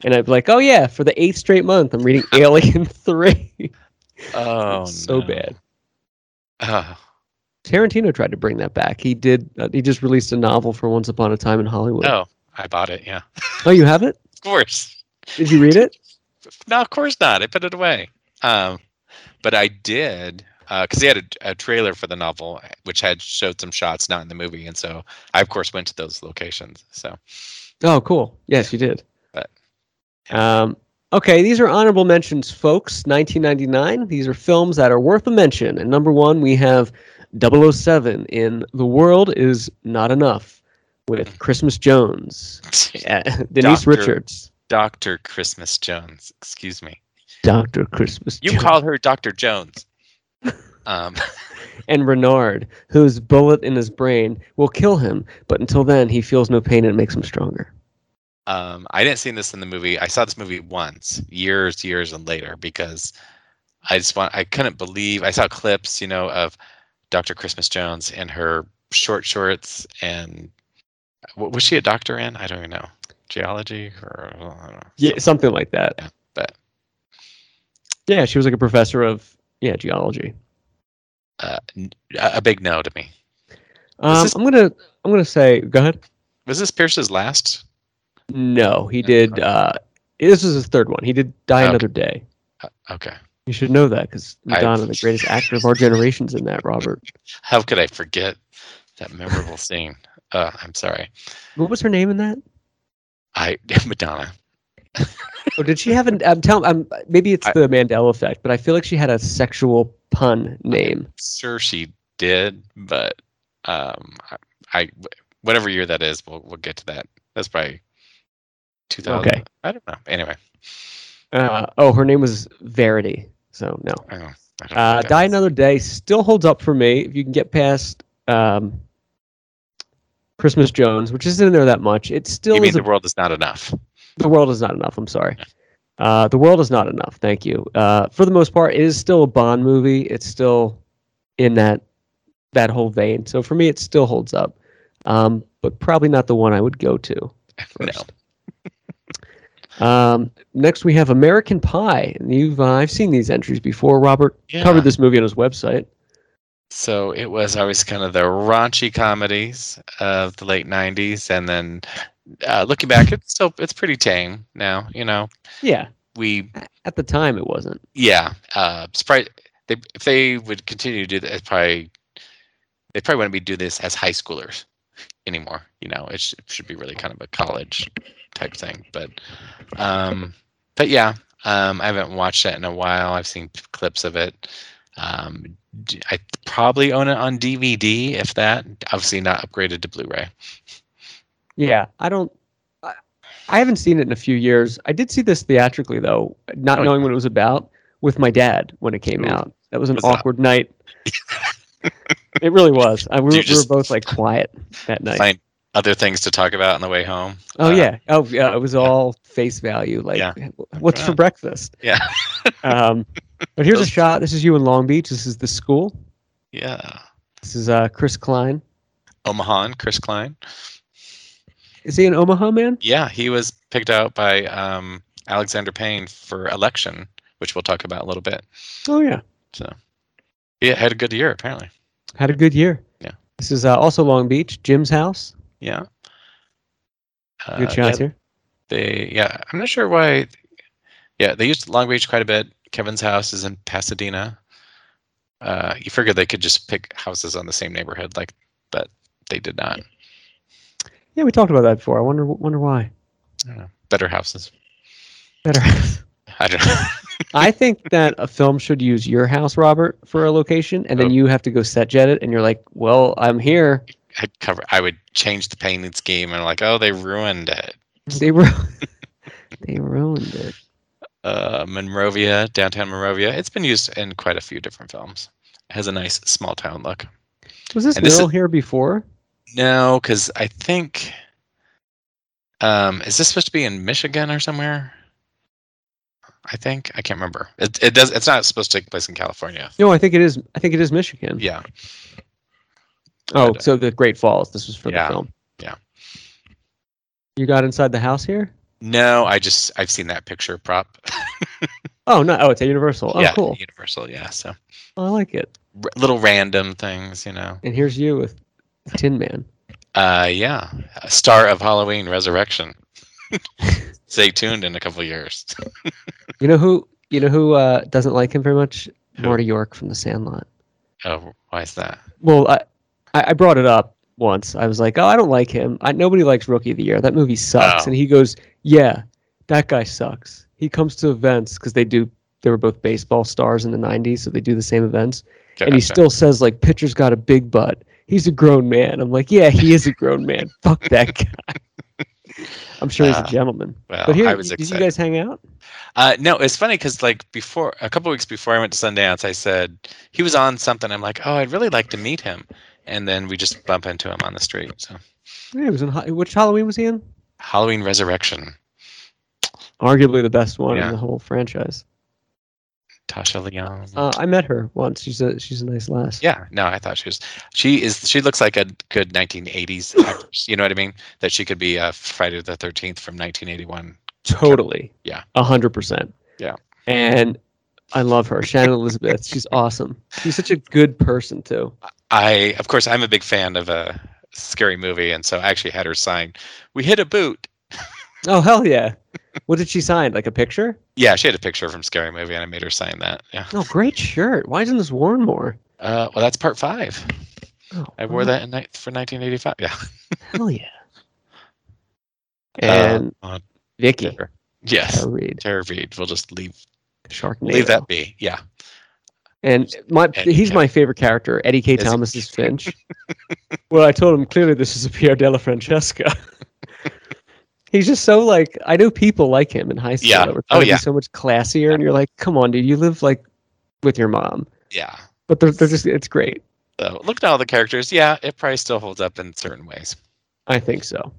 And I'd be like, oh yeah, for the eighth straight month, I'm reading Alien 3.
Oh,
so
no.
bad.
Oh,
Tarantino tried to bring that back. He did. Uh, he just released a novel for Once Upon a Time in Hollywood.
oh, I bought it. Yeah,
Oh, you have it?
of course.
Did you read it?
No, of course not. I put it away. Um, but I did. because they had a, a trailer for the novel which had showed some shots not in the movie, and so I of course went to those locations. So
Oh, cool. Yes, you did.
But-
Um, okay, these are honorable mentions, folks. 1999. These are films that are worth a mention. And number one, we have 007 in The World Is Not Enough with Christmas Jones, uh, Denise
Doctor-
Richards,
Doctor Christmas Jones, excuse me,
Dr. Christmas
you
Jones,
called her Doctor Jones. Um,
and Renard, whose bullet in his brain will kill him. But until then, he feels no pain and it makes him stronger.
um, I didn't see this in the movie. I saw this movie once, years, years, and later because I just want. I couldn't believe I saw clips, you know, of Doctor Christmas Jones in her short shorts, and w- was she a doctor in? I don't even know geology or I don't know.
Yeah, something like that.
Yeah, but-
yeah, she was like a professor of yeah geology.
Uh, n- a a big no to me.
Um,
this-
I'm gonna I'm gonna say go ahead.
Was this Pierce's last?
No, he
Yeah,
did.
okay.
Uh, this is his third one. He did die
Okay.
another day.
Uh, okay,
You should know that because
Oh. I-
Madonna, the greatest actor of our generation's in that. Robert,
how could I forget that memorable scene? Uh, I'm sorry,
what was her name in that?
I Madonna.
Oh, did she have an? I'm telling. I'm maybe it's
I-
the Mandela effect, but I feel like she had a sexual pun name.
sure she did, but um, I, I whatever year that is, we'll we'll get to that. That's probably two thousand.
Okay.
I don't know. Anyway,
Uh, oh, her name was Verity. So no.
I don't. I don't know
Uh,
what that
Die
is.
Another Day still holds up for me. If you can get past um, Christmas Jones, which isn't in there that much, it still
You mean
is.
the
A,
world is not enough?
the world is not enough. I'm sorry. Uh, the world is not enough. Thank you. Uh, for the most part, it is still a Bond movie. It's still in that that whole vein. So for me, it still holds up. Um, but probably not the one I would go to. First. um, next, we have American Pie. And You've uh, I've seen these entries before. Robert
Yeah.
covered this movie on his website.
So it was always kind of the raunchy comedies of the late '90s, and then uh, looking back, it's still it's pretty tame now. You know,
Yeah.
we
At the time, it wasn't.
Yeah, uh, surprise. They, if they would continue to do that, it's probably they probably wouldn't be do this as high schoolers anymore. You know, it, sh- should be really kind of a college type thing. But, um, but yeah, um, I haven't watched that in a while. I've seen p- clips of it. Um, d- I probably own it on DVD, if that. Obviously, not upgraded to Blu-ray.
Yeah, I don't. I, I haven't seen it in a few years. I did see this theatrically though, not
Oh,
knowing what it was about, with my dad when it came
Ooh.
out. That was an
Was that-
awkward night. it really was. I, we,
you
were,
just-
we were both like quiet that night.
Find other things to talk about on the way home.
oh
uh,
yeah. Oh yeah. It was all face value. Like,
Yeah.
what's for
Yeah.
breakfast?
Yeah,
Um, but here's a
Those-
shot. This is you in Long Beach. This is the school.
yeah.
This is uh, Chris Klein.
Omaha, and Chris Klein.
Is he an Omaha man?
Yeah, he was picked out by um, Alexander Payne for election, which we'll talk about in a little bit.
Oh yeah.
Yeah, had a good year apparently.
Had a good year.
Yeah.
This is uh, also Long Beach. Jim's house.
Yeah. Uh,
Good shots
yeah,
here.
they yeah, I'm not sure why. Yeah, they used Long Beach quite a bit. Kevin's house is in Pasadena. Uh, you figure they could just pick houses on the same neighborhood, like, but they did not.
Yeah, we talked about that before. I wonder wonder why.
I don't know. Better houses.
Better.
I don't know.
I think that a film should use your house, Robert, for a location, and then
Oh.
you have to go set jet it, and you're like, "Well, I'm here."
I'd cover. I would change the painting scheme and like, oh, they ruined it.
They were. they ruined it.
uh, Monrovia, downtown Monrovia. It's been used in quite a few different films. It has a nice small town look.
Was this
And this
mural here before?
No, because I think um, is this supposed to be in Michigan or somewhere? I think I can't remember. It, it does. It's not supposed to take place in California.
No, I think it is. I think it is Michigan.
Yeah,
oh,
but-
so the Great Falls. This was for
Yeah,
the film.
yeah.
You got inside the house here.
no. I just I've seen that picture prop.
Oh no! Oh, it's at Universal. Oh,
yeah,
cool.
Universal. Yeah, so
I like it.
r- little random things, you know.
And here's you with Tin Man.
Uh, yeah, star of Halloween Resurrection. Stay tuned in a couple years.
You know who? You know who uh, doesn't like him very much?
Who?
Marty York from The Sandlot.
Oh, why is that?
Well, I, I I brought it up once. I was like, "Oh, I don't like him. I, nobody likes Rookie of the Year. That movie sucks."
Oh.
And he goes, "Yeah, that guy sucks. He comes to events because they do. They were both baseball stars in the '90s, so they do the same events. And he
Gotcha.
still says like, pitcher's got a big butt. He's a grown man. I'm like, yeah, he is a grown man. Fuck that guy. I'm sure he's
Ah,
a gentleman.
well,
but here,
I was
did
excited.
you guys hang out?
Uh, no, it's funny because like before a couple weeks before I went to Sundance, I said he was on something. I'm like, oh, I'd really like to meet him, and then we just bump into him on the street. So
Yeah, it was in Ha- which Halloween was he in?
Halloween Resurrection,
Arguably the best one
Yeah.
in the whole franchise.
Tasha Leon.
Uh, I met her once. She's a she's a nice lass.
yeah, no, I thought she was. She is. She looks like a good 1980s actress. You know what I mean? That she could be uh, Friday the 13th from 1981.
Totally.
Yeah.
A hundred percent.
Yeah.
And I love her, Shannon Elizabeth. She's awesome. She's such a good person too.
I, of course, I'm a big fan of a scary movie, and so I actually had her sign, "We hit a boot."
Oh hell yeah! What did she sign? Like a picture?
Yeah, she had a picture from Scary Movie, and I made her sign that. Yeah.
Oh, great shirt. Why isn't this worn more?
Uh, well, that's part five.
Oh,
I wore that in ni- for 1985. Yeah.
Hell yeah. And
Uh, on-
Vicky
Yes.
Tara Reid,
Tara Reid. We'll just leave
Sharknado.
leave that be. Yeah.
And my
Eddie
he's
K.
my favorite character, Eddie K.
Is he?
Thomas's Finch. well, I told him clearly this is a Pierre della Francesca. he's just so like I know people like him in high school.
Yeah.
that were
Oh,
trying to be
yeah.
So much classier, and you're like, come on, dude, you live like with your mom,
Yeah.
but they're, they're just it's great.
So look at all the characters. Yeah, it probably still holds up in certain ways.
I think so.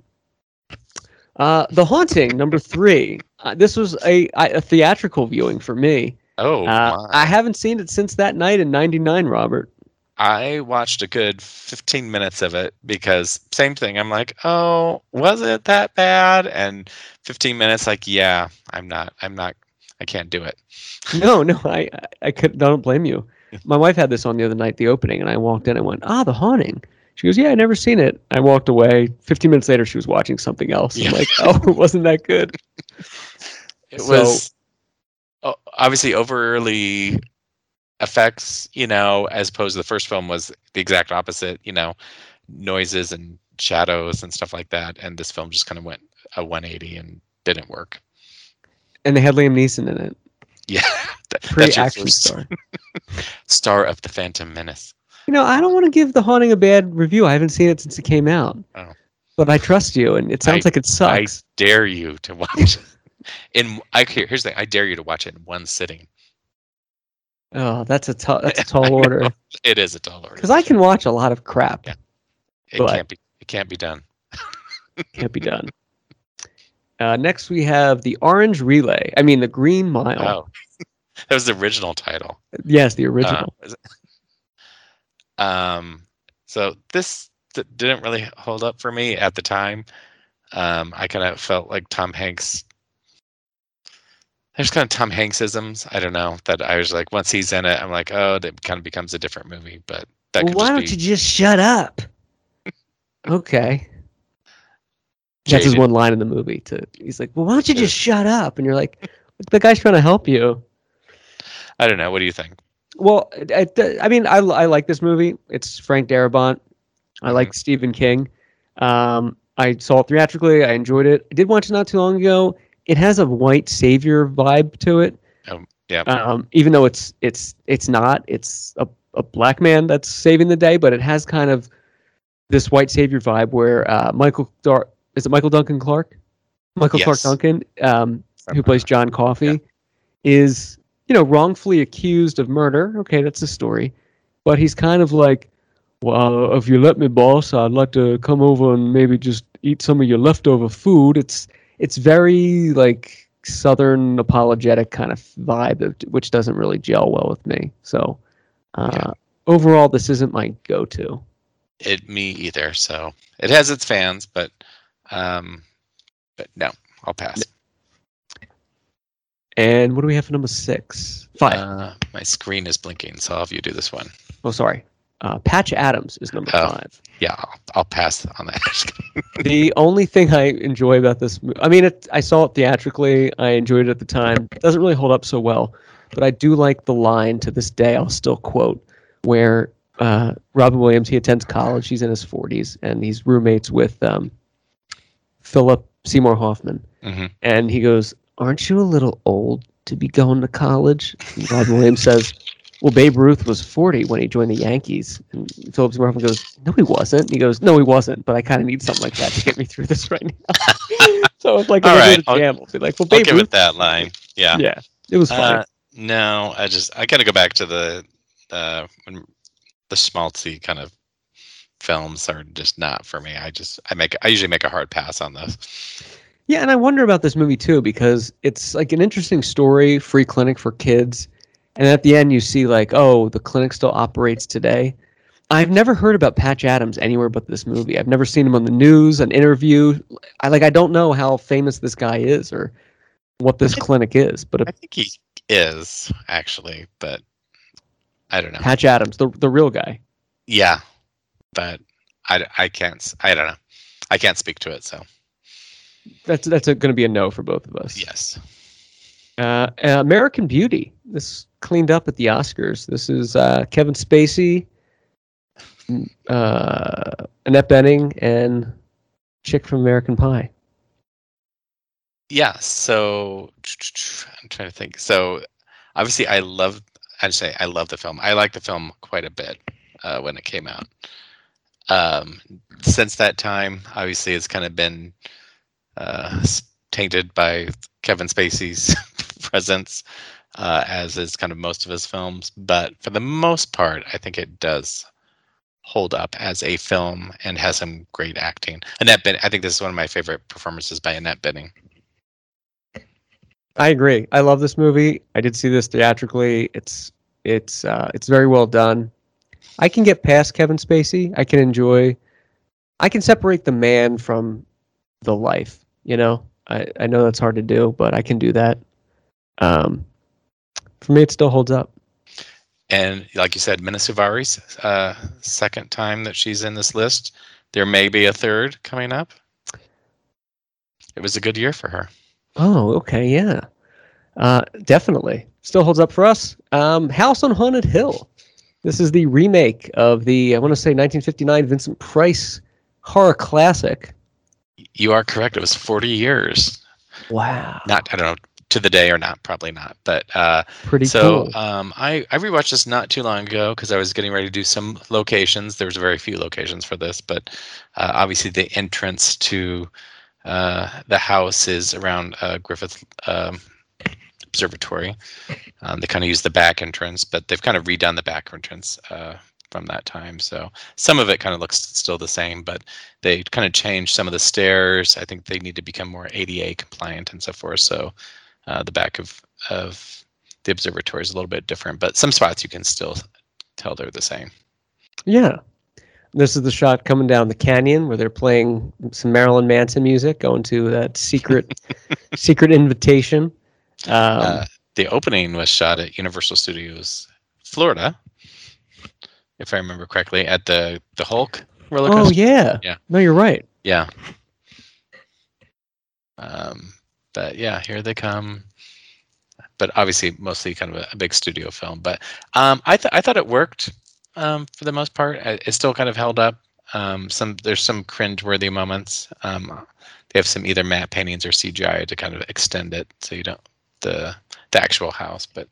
Uh, the Haunting, number three. Uh, this was a, I- a theatrical viewing for me.
Oh,
Uh,
my.
I haven't seen it since that night in '99, Robert.
I watched a good 15 minutes of it because same thing. I'm like, oh, was it that bad? And 15 minutes, like, yeah, I'm not, I'm not, I can't do it.
No, no, I, I- I could. I don't blame you. My wife had this on the other night, the opening, and I walked in and went, "Ah, the haunting." She goes, "Yeah, I never seen it." I walked away. Fifteen minutes later, she was watching something else.
Yeah.
I'm like, "Oh, it wasn't that good."
It
So-
was o- obviously overly effects, you know, as opposed to the first film was the exact opposite, you know, noises and shadows and stuff like that. And this film just kind of went a 180 and didn't work.
And they had Liam Neeson in it,
Yeah. That- that's your
pre-action
first
star.
star of the Phantom Menace.
You know, I don't want to give the haunting a bad review. I haven't seen it since it came out.
Oh.
But I trust you, and it sounds
I-
like it sucks.
Dare you to watch in I here, here's the thing, I dare you to watch it in one sitting.
oh, that's a tall, that's a tall order.
It is a tall order.
Because I can watch a lot of crap.
Yeah. It
but-
can't be it can't be done.
Can't be done. Uh, next, we have the Orange Relay. I mean, the Green Mile.
Oh. that was the original title.
Yes, the
Uh,
original.
was it- um, so this d- didn't really hold up for me at the time. Um, I kind of felt like Tom Hanks. There's kind of Tom Hanksisms. I don't know that I was like once he's in it, I'm like, oh, that kind of becomes a different movie. But that
well,
could
why
just
don't
be
you just shut up? okay. That's his
jaded.
one line in the movie. To he's like, well, why don't you just shut up? And you're like, the guy's trying to help you.
I don't know. What do you think?
Well, I, I- I mean, I, I like this movie. It's Frank Darabont. I
Mm-hmm.
like Stephen King. Um, I saw it theatrically. I enjoyed it. I did watch it not too long ago. It has a white savior vibe to it.
Um, yeah.
um, even though it's it's it's not it's a, a black man that's saving the day but it has kind of this white savior vibe where uh, michael Dar- is it michael duncan clark michael clark
Yes.
duncan um, who
From,
plays
uh,
john coffey is you know wrongfully accused of murder okay that's the story but he's kind of like well if you let me boss i'd like to come over and maybe just eat some of your leftover food it's it's very like southern apologetic kind of vibe that- which doesn't really gel well with me so uh,
Yeah.
overall this isn't my go-to
It me either. So it has its fans, but um, but no, I'll pass.
and what do we have for number six five
Uh, my screen is blinking, so I'll have you do this one.
oh sorry uh, patch adams is number
Oh.
five
Yeah, I'll, I'll pass on that.
the only thing i enjoy about this mo- i mean it, i saw it theatrically i enjoyed it at the time it doesn't really hold up so well but i do like the line to this day i'll still quote where uh, Robin Williams he attends college. He's in his 40s, and he's roommates with um, Philip Seymour Hoffman.
Mhm.
And he goes, "Aren't you a little old to be going to college?" And Robin Williams says, "Well, Babe Ruth was 40 when he joined the Yankees." And Philip Seymour Hoffman goes, "No, he wasn't." And he goes, "No, he wasn't." But I kind of need something like that to get me through this right now. so it's like
All
a
right,
right,
I'll-
jam. I'll be like, "Well,
I'll
Babe
give
Ruth."
it that line. Yeah.
Yeah, it was funny.
Uh, no, I just I gotta go back to the uh when the schmaltzy kind of films are just not for me. I just I make I usually make a hard pass on those.
Yeah, and I wonder about this movie too because it's like an interesting story, free clinic for kids, and at the end you see like, oh, the clinic still operates today. I've never heard about Patch Adams anywhere but this movie. I've never seen him on the news, an interview. I like I don't know how famous this guy is or what this clinic is, but
I
a,
think he is actually, but I don't know.
Patch Adams, the the real guy.
Yeah, but I I can't s- I don't know. I can't speak to it. So
That's that's going to be a no for both of us.
yes,
Uh, uh, American Beauty. This cleaned up at the Oscars. This is uh, Kevin Spacey, m- uh, Annette Benning, and chick from American Pie.
yeah. So I'm trying to think. So obviously, I love. I would say I love the film. I like the film quite a bit uh, when it came out. Um, since that time, obviously, it's kind of been uh, s- tainted by Kevin Spacey's presence, uh, as is kind of most of his films. But for the most part, I think it does hold up as a film and has some great acting. Annette Benning, I think this is one of my favorite performances by Annette Benning.
I agree. I love this movie. I did see this theatrically. It's it's uh, it's very well done. I can get past Kevin Spacey. I can enjoy. I can separate the man from the life. You know, I I know that's hard to do, but I can do that. Um, for me, it still holds up.
And like you said, Mina Suvari's uh, second time that she's in this list. There may be a third coming up. It was a good year for her.
Oh, okay, yeah, uh, definitely still holds up for us. Um, House on Haunted Hill. This is the remake of the I want to say 1959 Vincent Price horror classic.
You are correct. It was 40 years.
Wow,
Not, I don't know, to the day or not, probably not. But uh,
pretty
so
cool.
um, I, I rewatched this not too long ago because I was getting ready to do some locations. There was very few locations for this, but uh, obviously the entrance to uh, the house is around uh, Griffith um, Observatory. Um, they kind of use the back entrance, but they've kind of redone the back entrance uh, from that time. So some of it kind of looks still the same, but they kind of changed some of the stairs. I think they need to become more ADA compliant and so forth. So uh, the back of of the observatory is a little bit different, but some spots you can still tell they're the same.
Yeah, this is the shot coming down the canyon where they're playing some Marilyn Manson music, going to that secret secret invitation. Um,
Uh, the opening was shot at Universal Studios Florida, if I remember correctly, at the the Hulk roller
oh
coaster.
yeah,
Yeah.
No, you're right.
yeah. Um, but yeah, here they come. But obviously, mostly kind of a, a big studio film. But um, I th- I thought it worked um, for the most part. I, it still kind of held up. Um, some there's some cringe-worthy moments. Um, they have some either matte paintings or CGI to kind of extend it, so you don't the the actual house. But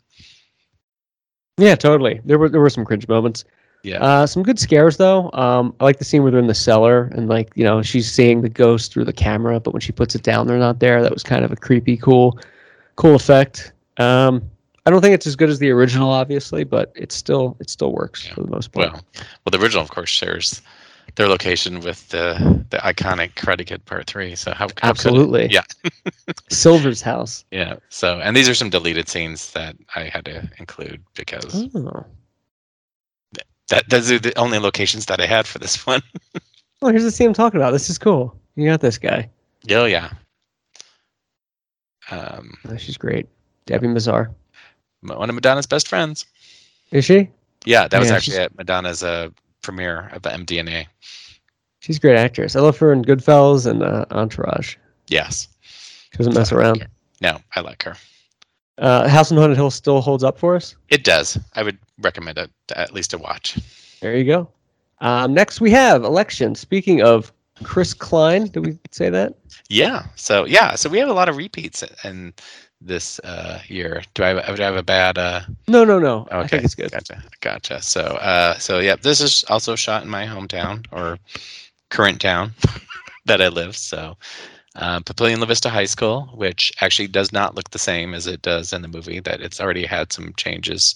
Yeah, totally. There were there were some cringe moments.
yeah,
Uh, some good scares though. Um, I like the scene where they're in the cellar and like you know she's seeing the ghost through the camera, but when she puts it down, they're not there. That was kind of a creepy, cool, cool effect. Um, I don't think it's as good as the original, obviously, but it still it still works
Yeah.
for the most part.
well, well, the original of course shares their location with the the iconic Connecticut Part Three. So how, how could it?
Absolutely.
Yeah.
Silver's house.
Yeah. So, and these are some deleted scenes that I had to include because
Oh.
that those are the only locations that I had for this one.
oh, here's the scene I'm talking about. This is cool. You got this guy.
Oh yeah. Um,
Oh, she's great. Debbie Mazar.
m- one of Madonna's best friends.
Is she?
Yeah, that was
Yeah,
actually
she's-
at Madonna's uh, premiere of MDNA.
She's a great actress. I love her in Goodfellas and uh, Entourage.
Yes.
She doesn't mess around.
No, I like her.
Uh, House on Haunted Hill still holds up for us.
It does. I would recommend it to at least a watch.
There you go. Um, next, we have election. Speaking of Chris Klein, did we say that?
Yeah. So yeah. So we have a lot of repeats in this uh, year. Do I have, do I have a bad? Uh,
No, no, no.
okay.
I think it's good.
Gotcha. Gotcha. So uh, so yeah. This is also shot in my hometown or current town that I live. So um, Papillion La Vista High School, which actually does not look the same as it does in the movie. That it's already had some changes.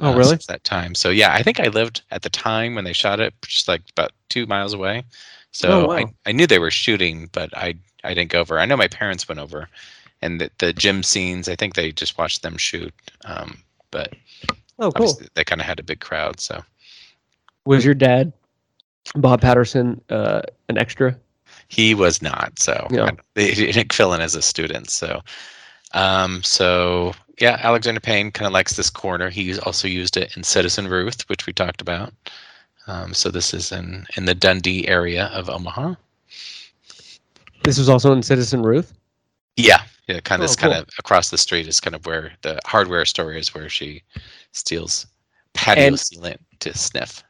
Oh,
uh,
really?
Since that time. So yeah, I think I lived at the time when they shot it, just like about two miles away. So
Oh, wow.
I, I knew they were shooting, but I I didn't go over. I know my parents went over, and the, the gym scenes. I think they just watched them shoot. Um, but
Oh, cool.
obviously they kind of had a big crowd. So
Was your dad, Bob Patterson, uh, an extra?
he was not. So
Yeah.
I- they didn't fill in as a student. So, um, so yeah, Alexander Payne kind of likes this corner. He's also used it in Citizen Ruth, which we talked about. Um, so this is in in the Dundee area of Omaha.
This was also in Citizen Ruth.
Yeah, yeah, kind of
Oh,
it's kind of across the street is kind of where the hardware store is, where she steals patio
And-
sealant to sniff.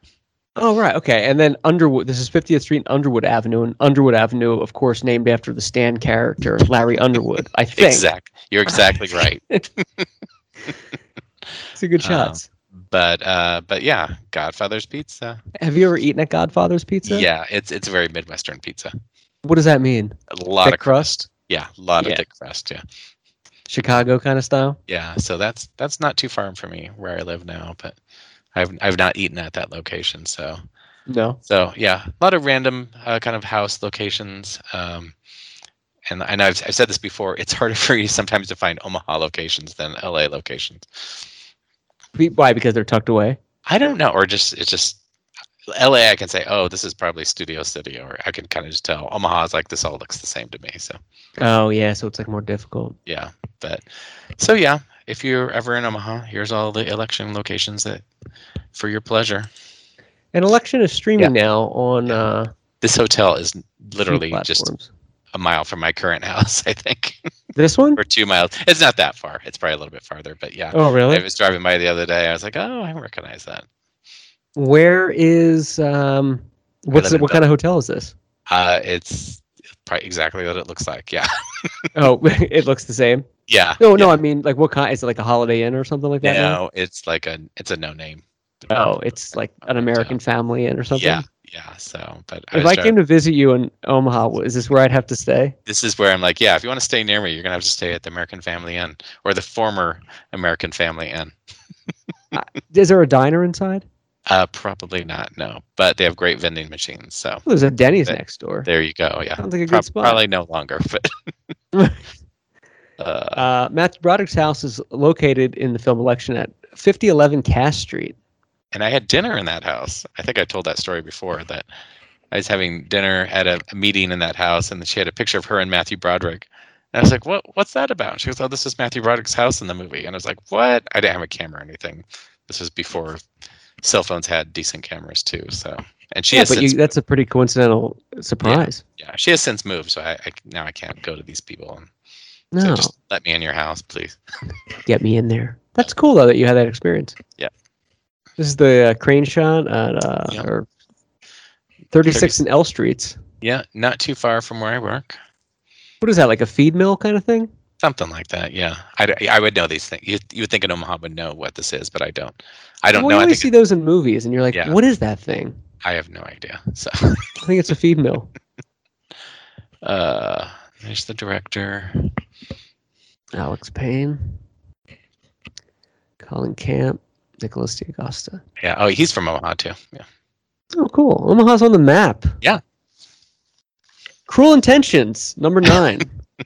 Oh, right. Okay. And then Underwood. This is 50th Street and Underwood Avenue. And Underwood Avenue, of course, named after the Stan character, Larry Underwood, I think.
Exact, you're exactly right.
It's a good
Uh,
shots.
But uh, but yeah, Godfather's Pizza.
Have you ever eaten at Godfather's Pizza?
Yeah, it's it's a very midwestern pizza.
What does that mean?
A lot
Thick
of
crust?
Yeah, a lot
Yeah.
of thick crust. Yeah,
Chicago kind of style?
yeah. So that's that's not too far from me where I live now, but I've I've not eaten at that location. So
No.
so yeah, a lot of random uh, kind of house locations. Um, and and I've I've said this before. It's harder for you sometimes to find Omaha locations than LA locations.
Be- Why? Because they're tucked away?
I don't know, or just it's just. LA, I can say, oh, this is probably Studio City, or I can kind of just tell. Omaha's like this all looks the same to me. So
Oh, yeah. So it's like more difficult.
yeah but so yeah if you're ever in omaha here's all the election locations that for your pleasure
And election is streaming now on
Yeah.
uh, two
this hotel is literally just
platforms.
a mile from my current house i think
This one?
or two miles it's not that far it's probably a little bit farther but yeah
Oh,
i
really?
was driving by the other day i was like oh i recognize that
Where is um? What's
live in
what kind of hotel is this?
uh it's probably exactly what it looks like yeah
Oh, it looks the same.
yeah
No, no, I mean like what kind? Is it like a Holiday Inn or something like that? now?
no it's like a it's a no name
Oh, it's like an American Family Inn or something.
yeah yeah so but I
If
was
I
driving-
came to visit you in Omaha, wh- is this where I'd have to stay?
this is where I'm like, yeah, if you want to stay near me, you're gonna have to stay at the American Family Inn or the former American Family Inn.
Is there a diner inside?
Uh, probably not, no. But they have great vending machines, so
Well, there's a Denny's
That-
next door.
there you go. Yeah,
Sounds like a good
Prob-
spot.
probably no longer, but. uh,
Uh, Matthew Broderick's house is located in the film election at 5011 Cass Street.
and I had dinner in that house. I think I told that story before that I was having dinner at a, a meeting in that house, and she had a picture of her and Matthew Broderick. And I was like, "What? What's that about?" And she goes, "Oh, this is Matthew Broderick's house in the movie." And I was like, "What?" I didn't have a camera or anything. This was before cell phones had decent cameras too. So, and she
yeah,
has
but you,
since,
that's a pretty coincidental surprise.
yeah, she has since moved. So I, I now I can't go to these people. And
No,
so just let me in your house, please.
get me in there. That's cool though that you had that experience.
Yeah.
This is the uh, crane shot at uh,
Yeah.
or 36 and L Streets.
Yeah, not too far from where I work.
What is that like a feed mill kind of thing?
Something like that, yeah. I, I would know these things. You you would think an Omaha would know what this is, but I don't. I don't
well,
know.
You
I
always
think
see those in movies, and you're like,
Yeah.
"What is that thing?"
I have no idea. So,
I think it's a feed mill.
uh, there's the director.
Alex Payne, Colin Camp, Nicholas DiAcosta.
Yeah. Oh, he's from Omaha too. Yeah.
Oh, cool. Omaha's on the map.
Yeah.
Cruel Intentions, number nine.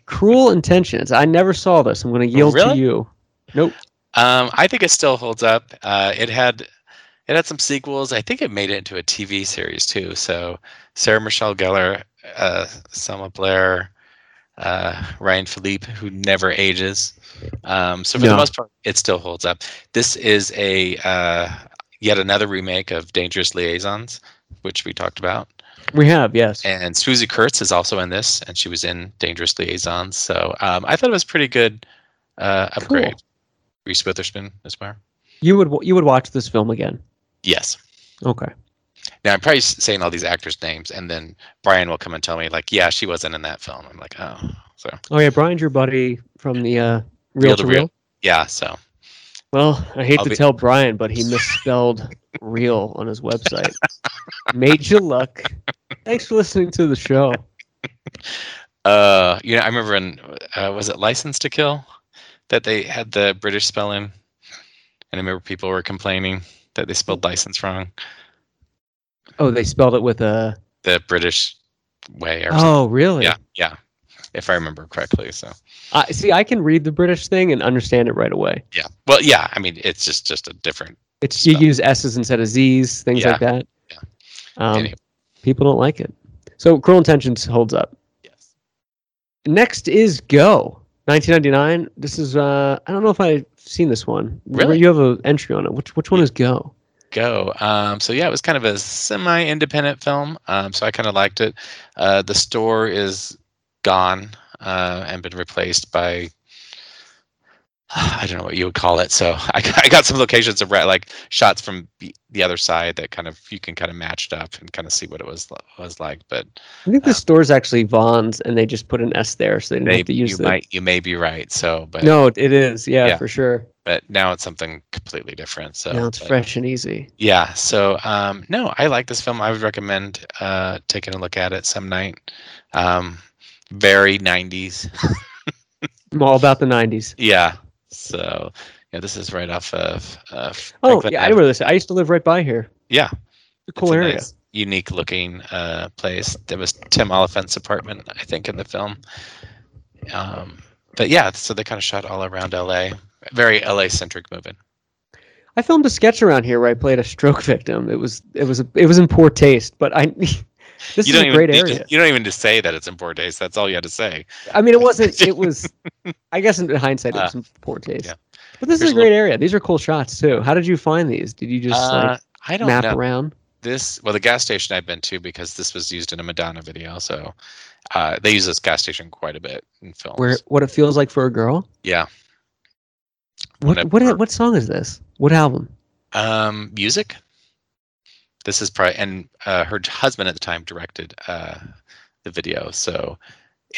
Cruel Intentions. I never saw this. I'm going to yield to
Oh, Really?
you. Nope.
Um, I think it still holds up. Uh, it had it had some sequels. I think it made it into a TV series too. So Sarah Michelle Gellar, uh, Selma Blair, uh, Ryan Philippe, who never ages. Um, so for
No.
the most part, it still holds up. This is a uh, yet another remake of Dangerous Liaisons, which we talked about.
We have, yes.
And Susie Kurtz is also in this, and she was in Dangerous Liaisons. So um, I thought it was pretty good uh, upgrade.
Cool.
Reese Witherspoon Esquire.
You would w- you would watch this film again.
Yes.
Okay.
Now I'm probably s- saying all these actors' names, and then Brian will come and tell me like, yeah, she wasn't in that film. I'm like, oh, so
Oh yeah, Brian's your buddy from the uh, real
Real
to
to
real.
Real. yeah, so
Well, I hate
I'll
to
be-
tell Brian, but he misspelled real on his website. Made you luck. Thanks for listening to the show.
uh, you know, I remember in uh, was it License to Kill that they had the British spelling, and I remember people were complaining that they spelled license wrong,
Oh, they spelled it with a.
the British way or something.
Oh, really?
yeah, yeah, if I remember correctly. So
I see. I can read the British thing and understand it right away.
yeah, well, yeah, I mean, it's just just a different.
It's you
Spell.
use s's instead of z's, things like that.
Yeah.
Um,
Anyway.
People don't like it. So, Cruel Intentions holds up.
Yes.
Next is Go, 1999. This is uh, I don't know if I've seen this one.
Really?
You have an entry on it. Which which one is Go?
go. Um, so yeah, it was kind of a semi-independent film. Um, so I kind of liked it. Uh, the store is gone uh, and been replaced by I don't know what you would call it. So I, got- I got some locations of re- like shots from the- the other side that kind of you can kind of match it up and kind of see what it was was like. But
I think the
Uh,
store's actually Vaughn's, and they just put an S there, so they didn't have to
maybe
use
you
the.
might you may be right. So but
No, it is. Yeah,
Yeah.
for sure.
but now it's something completely different. So
now it's
but-
fresh and easy.
yeah so um no i like this film i would recommend uh taking a look at it some night um very 90s
I'm all about the 90s.
yeah so yeah this is right off of uh
Oh,
Franklin
yeah, I
Ave-
remember this. I used to live right by here.
yeah
It's a
it's
cool
a
area.
nice, unique looking uh place there was tim oliphant's apartment i think in the film um but yeah so they kind of shot all around la very la centric movie
I filmed a sketch around here where I played a stroke victim. It was it was it was in poor taste, but I this is a
even
great
need to-
area.
you don't even just say that it's in four days that's all you had to say
I mean, it wasn't. It was. I guess in hindsight, it
Uh,
was in poor taste.
yeah.
But this
Here's
is
a
a great area. These are cool shots too. How did you find these? Did you just
Uh, i
like
don't
map
know
around?
this well the gas station i've been to because this was used in a madonna video so uh, they use this gas station quite a bit in films
Where what it feels like for a girl?
yeah
What
Whenever-
what what song is this? What album?
um music this is probably and uh, her husband at the time directed uh, the video so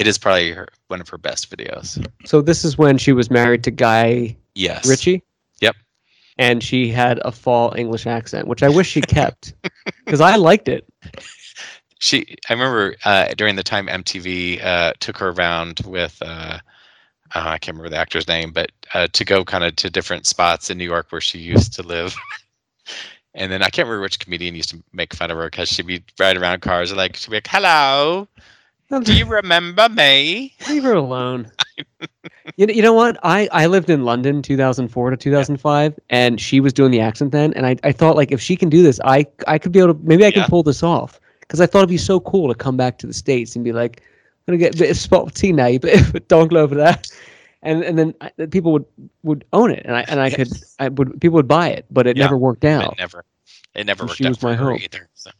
it is probably her, one of her best videos
So this is when she was married to Guy
yes
Ritchie.
Yep.
And she had a fall English accent, which I wish she kept, because I liked it.
she i remember uh, during the time mtv uh, took her around with uh, uh, i can't remember the actor's name but uh, to go kind of to different spots in new york where she used to live and then i can't remember which comedian used to make fun of her because she'd be riding around cars and like she'd be like hello do you remember me
Leave her alone. you, know, you know what? I, I lived in London 2004 to 2005, and she was doing the accent then. And I, I thought, like, if she can do this, I, I could be able to, maybe I can
Yeah.
pull this off. Because I thought it'd be so cool to come back to the States and be like, I'm going to get a bit of spot tea now, you bit of dog love for that. And, and then I, the people would, would own it, and I and I could I would people would buy it, but it
Yeah.
never worked
And
out.
it never it never
And
worked
she
out
was
for
my
her
hope.
either so.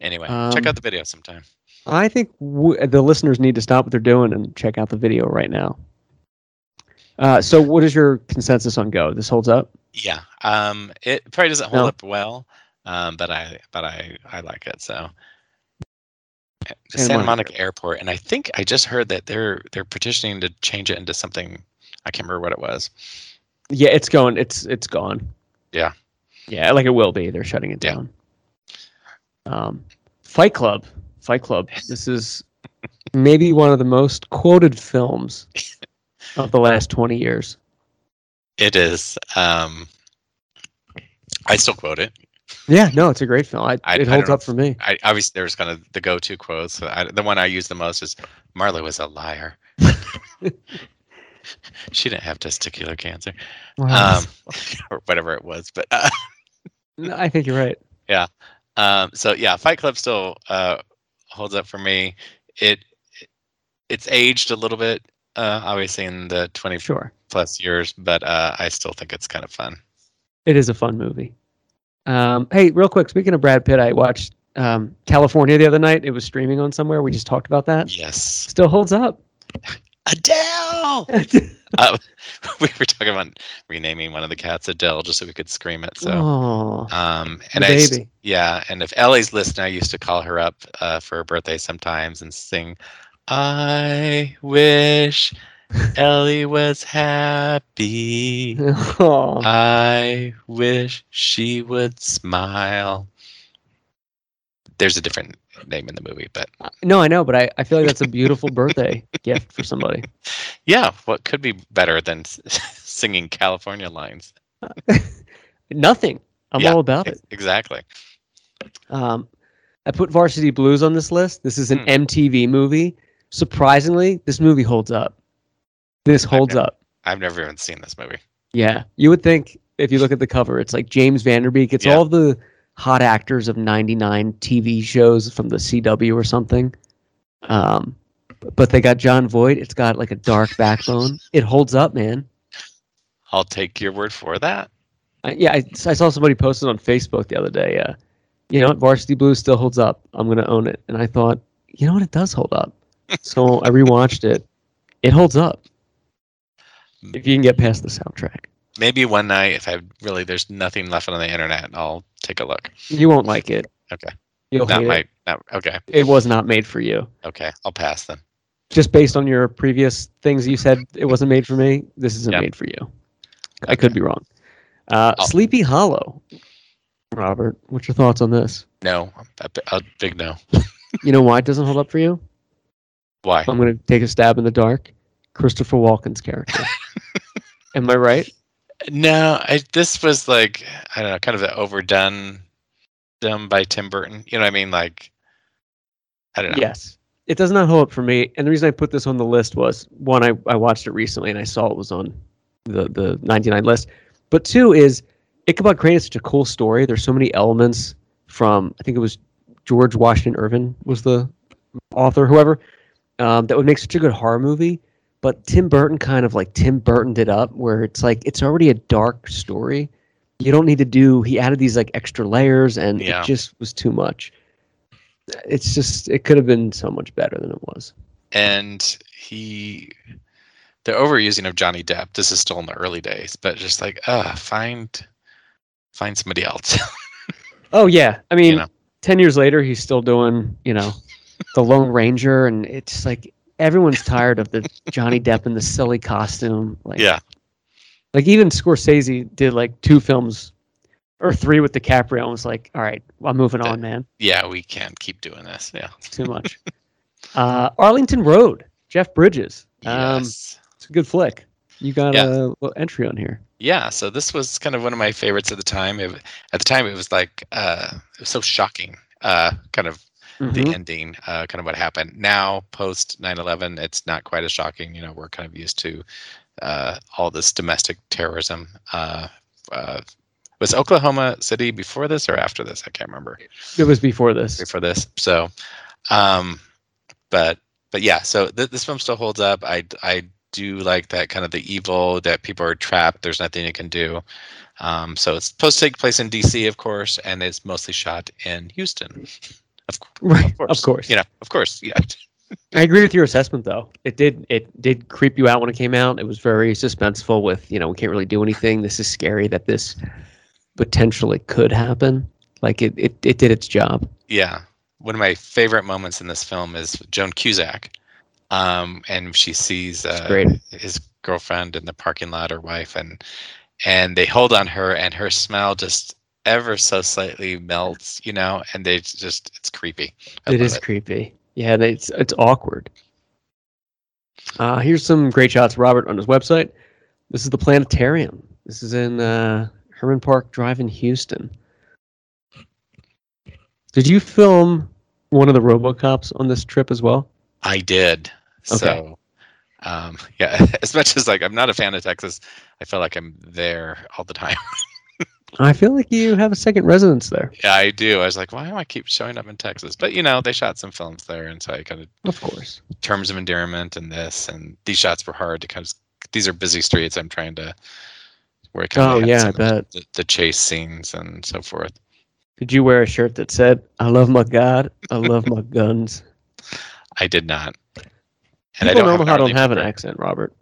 anyway
Um,
check out the video sometime
I think w- the listeners need to stop what they're doing and check out the video right now. Uh, so, what is your consensus on Go? This holds up.
yeah um it probably doesn't hold
No.
up well um but i but i i like it so the
Santa
santa,
Monica.
monica. airport and i think i just heard that they're they're petitioning to change it into something i can't remember what it was
Yeah, it's going. It's it's gone.
Yeah.
Yeah, like it will be. They're shutting it
Yeah.
down. Um, Fight Club. Fight Club. This is maybe one of the most quoted films of the last twenty years.
it is um i still quote it
Yeah, no, it's a great film. I,
I-
it
I
holds
don't
up for me.
i obviously there's kind of the go-to quotes so I, the one i use the most is marlo is a liar she didn't have testicular cancer um or whatever it was but uh,
No, I think you're right.
Um, so yeah, Fight Club still uh, holds up for me. It it's aged a little bit, uh, obviously in the twenty
Sure.
plus years, but uh, I still think it's kind of fun.
It is a fun movie. Um, hey, real quick, speaking of Brad Pitt, I watched um, California the other night. It was streaming on somewhere. We just talked about that.
Yes,
Still holds up.
Adele. uh, we were talking about renaming one of the cats Adele just so we could scream it. So,
oh,
um, and
and
I used-
baby.
yeah, and if Ellie's listening, I used to call her up uh, for her birthday sometimes and sing, "I wish Ellie was happy." Uh,
oh,
I wish she would smile. There's a different name in the movie, but
no, I know, but I, I feel like that's a beautiful birthday gift for somebody.
yeah, what could be better than s- singing California lines?
Nothing. I'm
Yeah,
all about it.
Ex- Exactly.
Um, I put Varsity Blues on this list. This is an
Hmm.
MTV movie. Surprisingly, this movie holds up. This holds
Okay.
up.
I've never even seen this movie.
Yeah, you would think if you look at the cover, it's like James Vanderbeek. It's
Yeah.
all the hot actors of '99 TV shows from the CW or something. Um, but they got John Voight. It's got like a dark backbone. It holds up, man.
I'll take your word for that.
I, yeah, I, I saw somebody posted on Facebook the other day. Uh, you know, what? Varsity Blues still holds up. I'm gonna own it. And I thought, you know what? It does hold up. So I rewatched it. It holds up.
Hmm.
If you can get past the soundtrack,
Maybe one night, if I really there's nothing left on the internet, I'll take a look.
you won't like it.
Okay.
You'll
Not
hate
my.
it.
Not, okay.
It was not made for you.
Okay. I'll pass then.
just based on your previous things you said it wasn't made for me this isn't
Yep.
made for you i could be wrong uh,
Oh.
sleepy hollow robert what's your thoughts on this
No. A, bi- a big no.
you know why it doesn't hold up for you
Why?
i'm going to take a stab in the dark christopher walken's character am i right
No, I, this was like I don't know, kind of an overdone, done by Tim Burton. You know what I mean? Like, I don't know.
yes it does not hold up for me and the reason i put this on the list was one i, I watched it recently and i saw it was on the, the 99 list but two is ichabod crane is such a cool story there's so many elements from i think it was george washington irvin was the author whoever um, that would make such a good horror movie but tim burton kind of like tim burton did up where it's like it's already a dark story you don't need to do he added these like extra layers and
Yeah.
it just was too much it's just it could have been so much better than it was
And he, the overusing of Johnny Depp. This is still in the early days, but just like, uh, find, find somebody else.
oh yeah i mean
know.
10 years later he's still doing you know the lone ranger and it's like everyone's tired of the johnny depp in the silly costume like
yeah,
like even scorsese did like two films or three with DiCaprio and was like, all right, well, I'm moving on, man.
yeah, we can't keep doing this. Yeah.
It's too much. uh, Arlington Road, Jeff Bridges. Um,
Yes.
It's a good flick. You got
Yeah.
a little entry on here.
Yeah, so this was kind of one of my favorites at the time. It, at the time, it was like uh, it was so shocking, uh, kind of the
Mhm.
ending, uh, kind of what happened. Now, post 9 11, it's not quite as shocking. You know, we're kind of used to uh, all this domestic terrorism. Uh, uh, was Oklahoma City before this or after this? I can't remember.
It was before this.
Before this. So, um, but, but yeah, so th- this film still holds up. I, I do like that kind of the evil that people are trapped, there's nothing you can do. Um, so it's supposed to take place in DC, of course, and it's mostly shot in Houston. Of, course
Right. Of course.
you know, of course, yeah,
I agree with your assessment, though. It did it did creep you out when it came out. It was very suspenseful. With you know, we can't really do anything. This is scary that this potentially could happen. Like it it, it did its job.
yeah. One of my favorite moments in this film is Joan Cusack, um, and she sees
It's
uh,
great.
his girlfriend in the parking lot, her wife, and and they hold on her, and her smile just ever so slightly melts, you know, and they just it's creepy. I
It
love
is creepy. Yeah, and it's it's awkward. Uh, here's some great shots, Robert, on his website. This is the planetarium. This is in uh, Herman Park Drive in Houston. Did you film one of the RoboCops on this trip as well?
I did. So, um, yeah, as much as like I'm not a fan of Texas, I feel like I'm there all the time.
I feel like you have a second residence there.
yeah, I do. I was like, why do I keep showing up in Texas? But you know, they shot some films there, and so I kind of
Of course.
terms of endearment and this and these shots were hard to kind of these are busy streets i'm trying to where I kinda
Oh,
had
yeah,
some
I
of the-
bet.
the, the chase scenes and so forth
Did you wear a shirt that said, I love my God, I love my guns?
i did not and
People
i
in
don't, have an
Omaha
hourly
don't have an
member.
accent, Robert.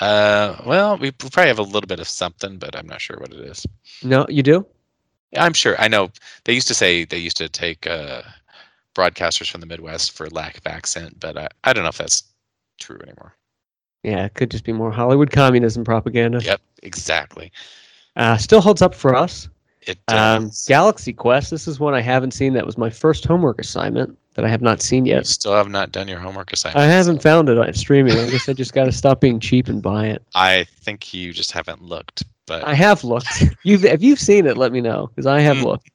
Uh, well, we p- probably have a little bit of something, but I'm not sure what it is.
No, you do?
I'm sure. I know they used to say they used to take uh, broadcasters from the Midwest for lack of accent, but I, I don't know if that's true anymore.
Yeah, it could just be more Hollywood communism propaganda.
Yep, exactly.
Uh, still holds up for us.
It
Um,
does.
Galaxy Quest. This is one I haven't seen. That was my first homework assignment that I have not seen
You
yet.
still have not done your homework assignment.
I haven't found it on streaming. I guess I just got to stop being cheap and buy it.
I think you just haven't looked, but
I have looked. You've if you've seen it, let me know because I have
Mm.
looked.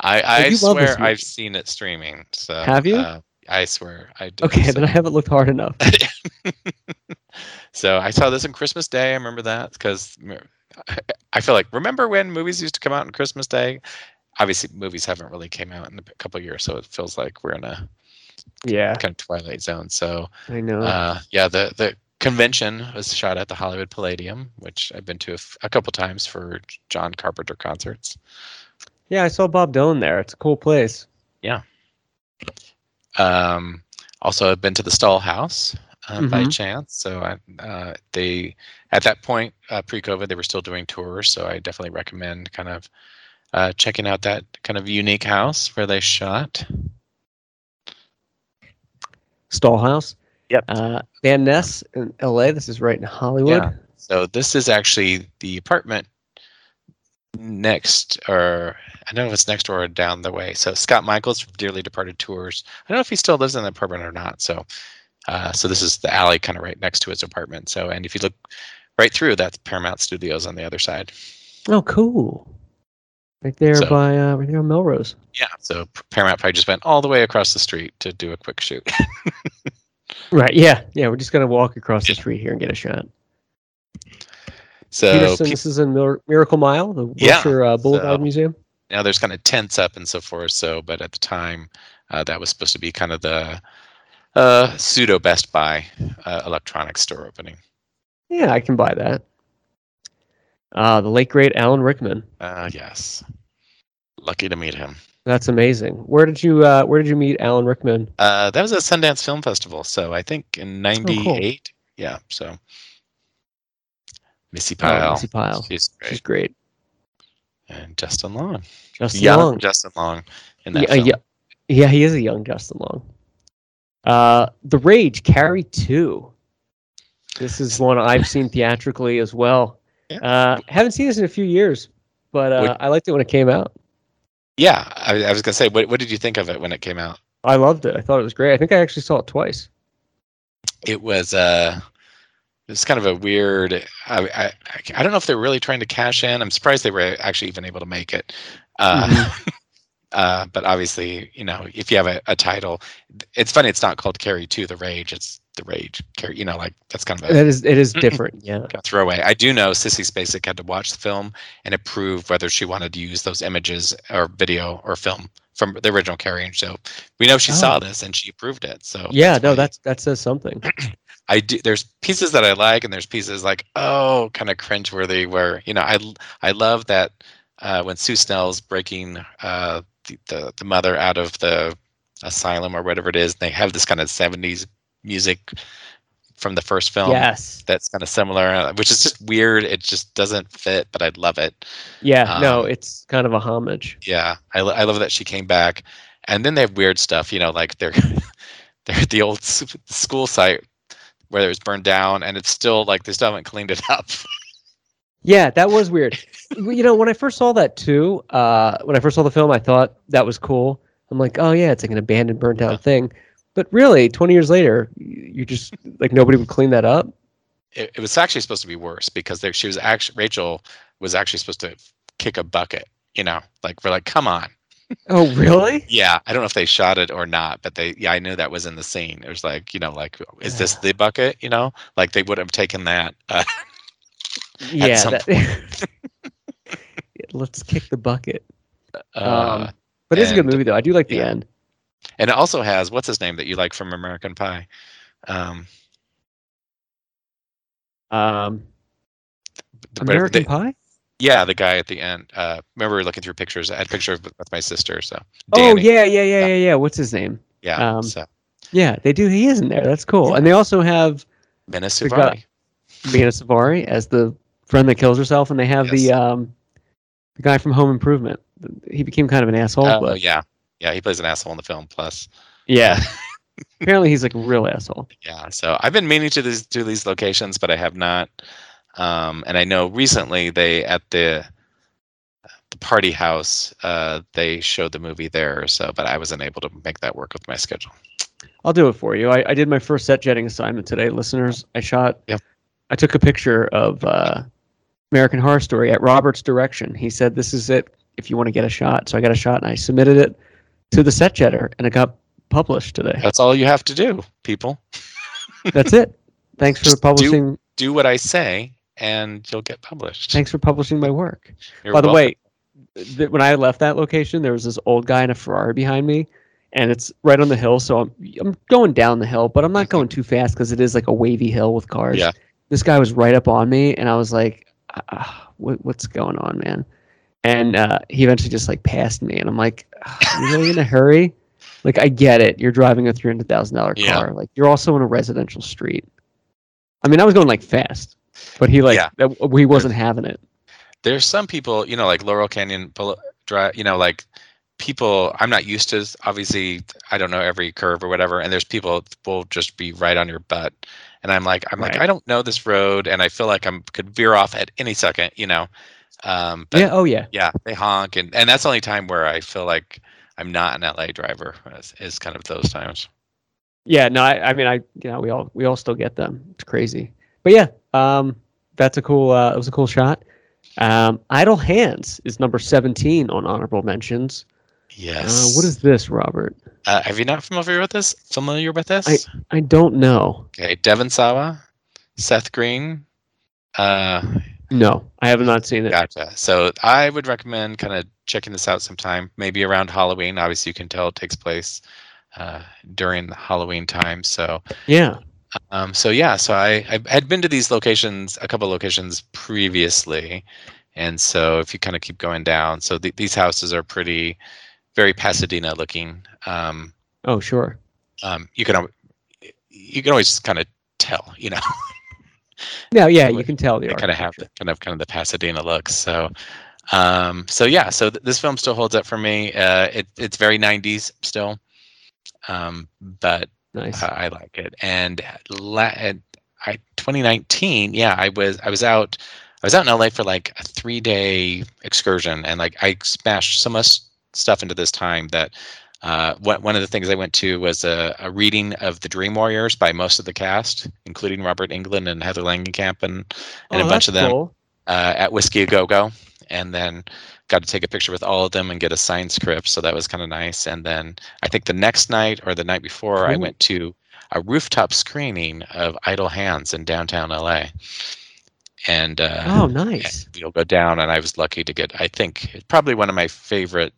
I, I,
I do love this
swear I've
movie.
seen it streaming. So
Have you?
Uh, I swear I did.
Okay,
so.
then I haven't looked hard enough.
So I saw this on Christmas Day. I remember that because I feel like remember when movies used to come out on Christmas Day. Obviously, movies haven't really came out in a couple years, so it feels like we're in a
Yeah,
kind of twilight zone. So
I know.
uh, yeah, the the convention was shot at the Hollywood Palladium, which I've been to a, f- a couple times for John Carpenter concerts.
yeah, I saw Bob Dylan there. It's a cool place.
Um, also, I've been to the Stall House uh, by
Mhm.
chance. So I, uh, they, at that point, uh, pre-COVID, they were still doing tours. So I definitely recommend kind of uh, checking out that kind of unique house where they shot.
Stallhouse.
Yep.
Uh, Van Ness in L.A. This is right in Hollywood.
Yeah. So this is actually the apartment next, or I don't know if it's next door or down the way. So Scott Michaels from Dearly Departed Tours. I don't know if he still lives in the apartment or not. So, uh, so this is the alley kind of right next to his apartment. So, and if you look right through, that's Paramount Studios on the other side.
Oh, cool. Right there
So-
by uh, right there on Melrose.
Yeah. So Paramount probably just went all the way across the street to do a quick shoot.
Right. Yeah. Yeah. We're just gonna walk across the street here and get a shot.
So
Peterson.
peop-
This is in Mir- Miracle Mile, the
Yeah,
Wilshire uh, Boulevard
so-
Museum.
now there's kind of tents up and so forth so but at the time uh, that was supposed to be kind of the uh, pseudo best buy uh, electronics store opening
Yeah, I can buy that. Uh, the late great Alan Rickman.
uh, yes lucky to meet him
That's amazing. Where did you uh, Where did you meet Alan Rickman?
uh, that was at sundance film festival so i think in
Oh,
98 yeah so missy
Oh,
pyle,
Missy Pyle.
She's great.
She's great.
and justin long
Justin
young
Long.
justin long in that
Yeah,
film.
yeah, yeah, he is a young Justin Long. Uh, the Rage Carry Two. This is one I've seen theatrically as well.
Yeah.
Uh, haven't seen this in a few years, but uh,
Would-
I liked it when it came out.
yeah I, I was gonna say what, what did you think of it when it came out
I loved it. I thought it was great. I think I actually saw it twice.
it was uh it was kind of a weird I, I i don't know if they're really trying to cash in i'm surprised they were actually even able to make it uh
Mm-hmm.
uh but obviously you know if you have a, a title it's funny it's not called carry to the rage it's the rage carry you know like that's kind of a
It is. It is different. Yeah.
a throwaway. I do know Sissy Spacek had to watch the film and approve whether she wanted to use those images or video or film from the original Carrie. And so we know she
Oh.
saw this and she approved it. So
Yeah. No,
why-
that's that says something.
I do. There's pieces that I like, and there's pieces like oh, kind of cringeworthy. Where you know, I I love that uh, when Sue Snell's breaking uh, the, the the mother out of the asylum or whatever it is, and they have this kind of '70s music from the first film.
Yes.
That's kind of similar, uh, which is just weird. It just doesn't fit, but I love it.
Yeah. no,
Um,
it's kind of a homage.
Yeah, I, lo- I love that she came back, and then they have weird stuff. You know, like they're they're at the old s- school site where it was burned down, and it's still like they still haven't cleaned it up.
Yeah, that was weird. Well, you know, when I first saw that too, uh, when I first saw the film, I thought that was cool. I'm like, oh yeah, it's like an abandoned, burnt down
Yeah.
thing. But really, 20 years later, y- you just like nobody would clean that up.
It, it was actually supposed to be worse because there, she was actually Rachel was actually supposed to kick a bucket. You know, like we're like, come on.
Oh really?
Yeah, I don't know if they shot it or not, but they yeah, I knew that was in the scene. It was like you know, like is this the bucket? You know, like they would have taken that. Uh,
Yeah.
some
that- Let's kick the bucket.
uh,
um, but it's a good
and-
movie though. I do like the
yeah.
end.
and it also has what's his name that you like from American Pie. Um,
Um,
the- but
American
the-
Pie.
Yeah, the guy at the end. Uh, remember we were looking through pictures. I had a picture of, with my sister. So
Oh yeah, yeah, yeah, yeah, yeah. What's his name?
yeah.
um,
so
Yeah, they do. He is in there. That's cool. And they also have
Menace
the guy-
Suvari.
Brianna Savari as the friend that kills herself, and they have the
Yes.
um, the guy from Home Improvement. He became kind of an asshole,
Oh
but
yeah, yeah. He plays an asshole in the film. Plus,
yeah. Apparently, he's like a real asshole.
yeah. So I've been meaning to these to these locations, but I have not. Um, and I know recently they at the the party house uh, they showed the movie there. So, but I wasn't able to make that work with my schedule.
I'll do it for you. I, I did my first set jetting assignment today, listeners. I shot.
Yep.
I took a picture of uh, American Horror Story at Robert's direction. He said, "This is it. If you want to get a shot." So I got a shot, and I submitted it to the set jetter, and it got published today.
That's all you have to do, people.
That's it. Thanks for
Just do-
publishing.
Do what I say, and you'll get published.
Thanks for publishing my work.
You're
By the
welcome.
way, th- when I left that location, there was this old guy in a Ferrari behind me, and it's right on the hill. So I'm I'm going down the hill, but I'm not going too fast because it is like a wavy hill with cars.
Yeah.
This guy was right up on me, and I was like, ah, what, "What's going on, man?" And uh, he eventually just like passed me, and I'm like, "Ah, "You really in a hurry?" Like I get it. You're driving a three hundred thousand dollar
Yeah.
car. Like you're also in a residential street. I mean, I was going like fast, but he like
Yeah.
that- he wasn't having it.
there's some people, you know, like Laurel Canyon Pol- Drive, you know, like people I'm not used to. Obviously, I don't know every curve or whatever. And there's people that will just be right on your butt. And I'm like, I'm like,
Right.
I don't know this road, and I feel like I'm could veer off at any second, you know. Um, but
yeah.
yeah.
Oh yeah.
they honk, and and that's the only time where I feel like I'm not an LA driver is, is kind of those
Uh,
times.
Yeah, no, I, I mean, I you know we all we all still get them. It's crazy, but yeah, um, that's a cool. Uh, it was a cool shot. Um, Idle Hands is number seventeen on honorable mentions.
Yes.
Uh, what is this, Robert?
Uh, have you not familiar with this? Familiar with this?
I don't know.
okay, Devin Sawa, Seth Green, uh,
No, I have not seen it.
Gotcha. So I would recommend kind of checking this out sometime, maybe around Halloween. Obviously, you can tell it takes place uh, during the Halloween time. So,
Yeah,
um, so yeah. So I, I had been to these locations, a couple locations previously, and so if you kind of keep going down, so th- these houses are pretty, very Pasadena looking. Um,
oh sure.
um, you can, al- you can always kind of tell, you know.
No, yeah, you can tell the
they kind of have
architecture.
the, kind of kind of the Pasadena look. So, um, so yeah, so th- this film still holds up for me. Uh, it, it's very '90s still, um, but
nice.
uh, I like it. And la- and I 2019, yeah, I was I was out I was out in LA for like a three day excursion, and like I smashed so much stuff into this time that. Uh, one one of the things I went to was a, a reading of the Dream Warriors by most of the cast, including Robert Englund and Heather Langenkamp and, and
Oh,
a bunch of
that's
them
cool.
uh, at Whiskey A Go Go, and then got to take a picture with all of them and get a signed script. So that was kind of nice. And then I think the next night or the night before, I
Cool.
went to a rooftop screening of Idle Hands in downtown LA. And uh,
Oh, nice.
you'll go down, and I was lucky to get, I think, it's probably one of my favorite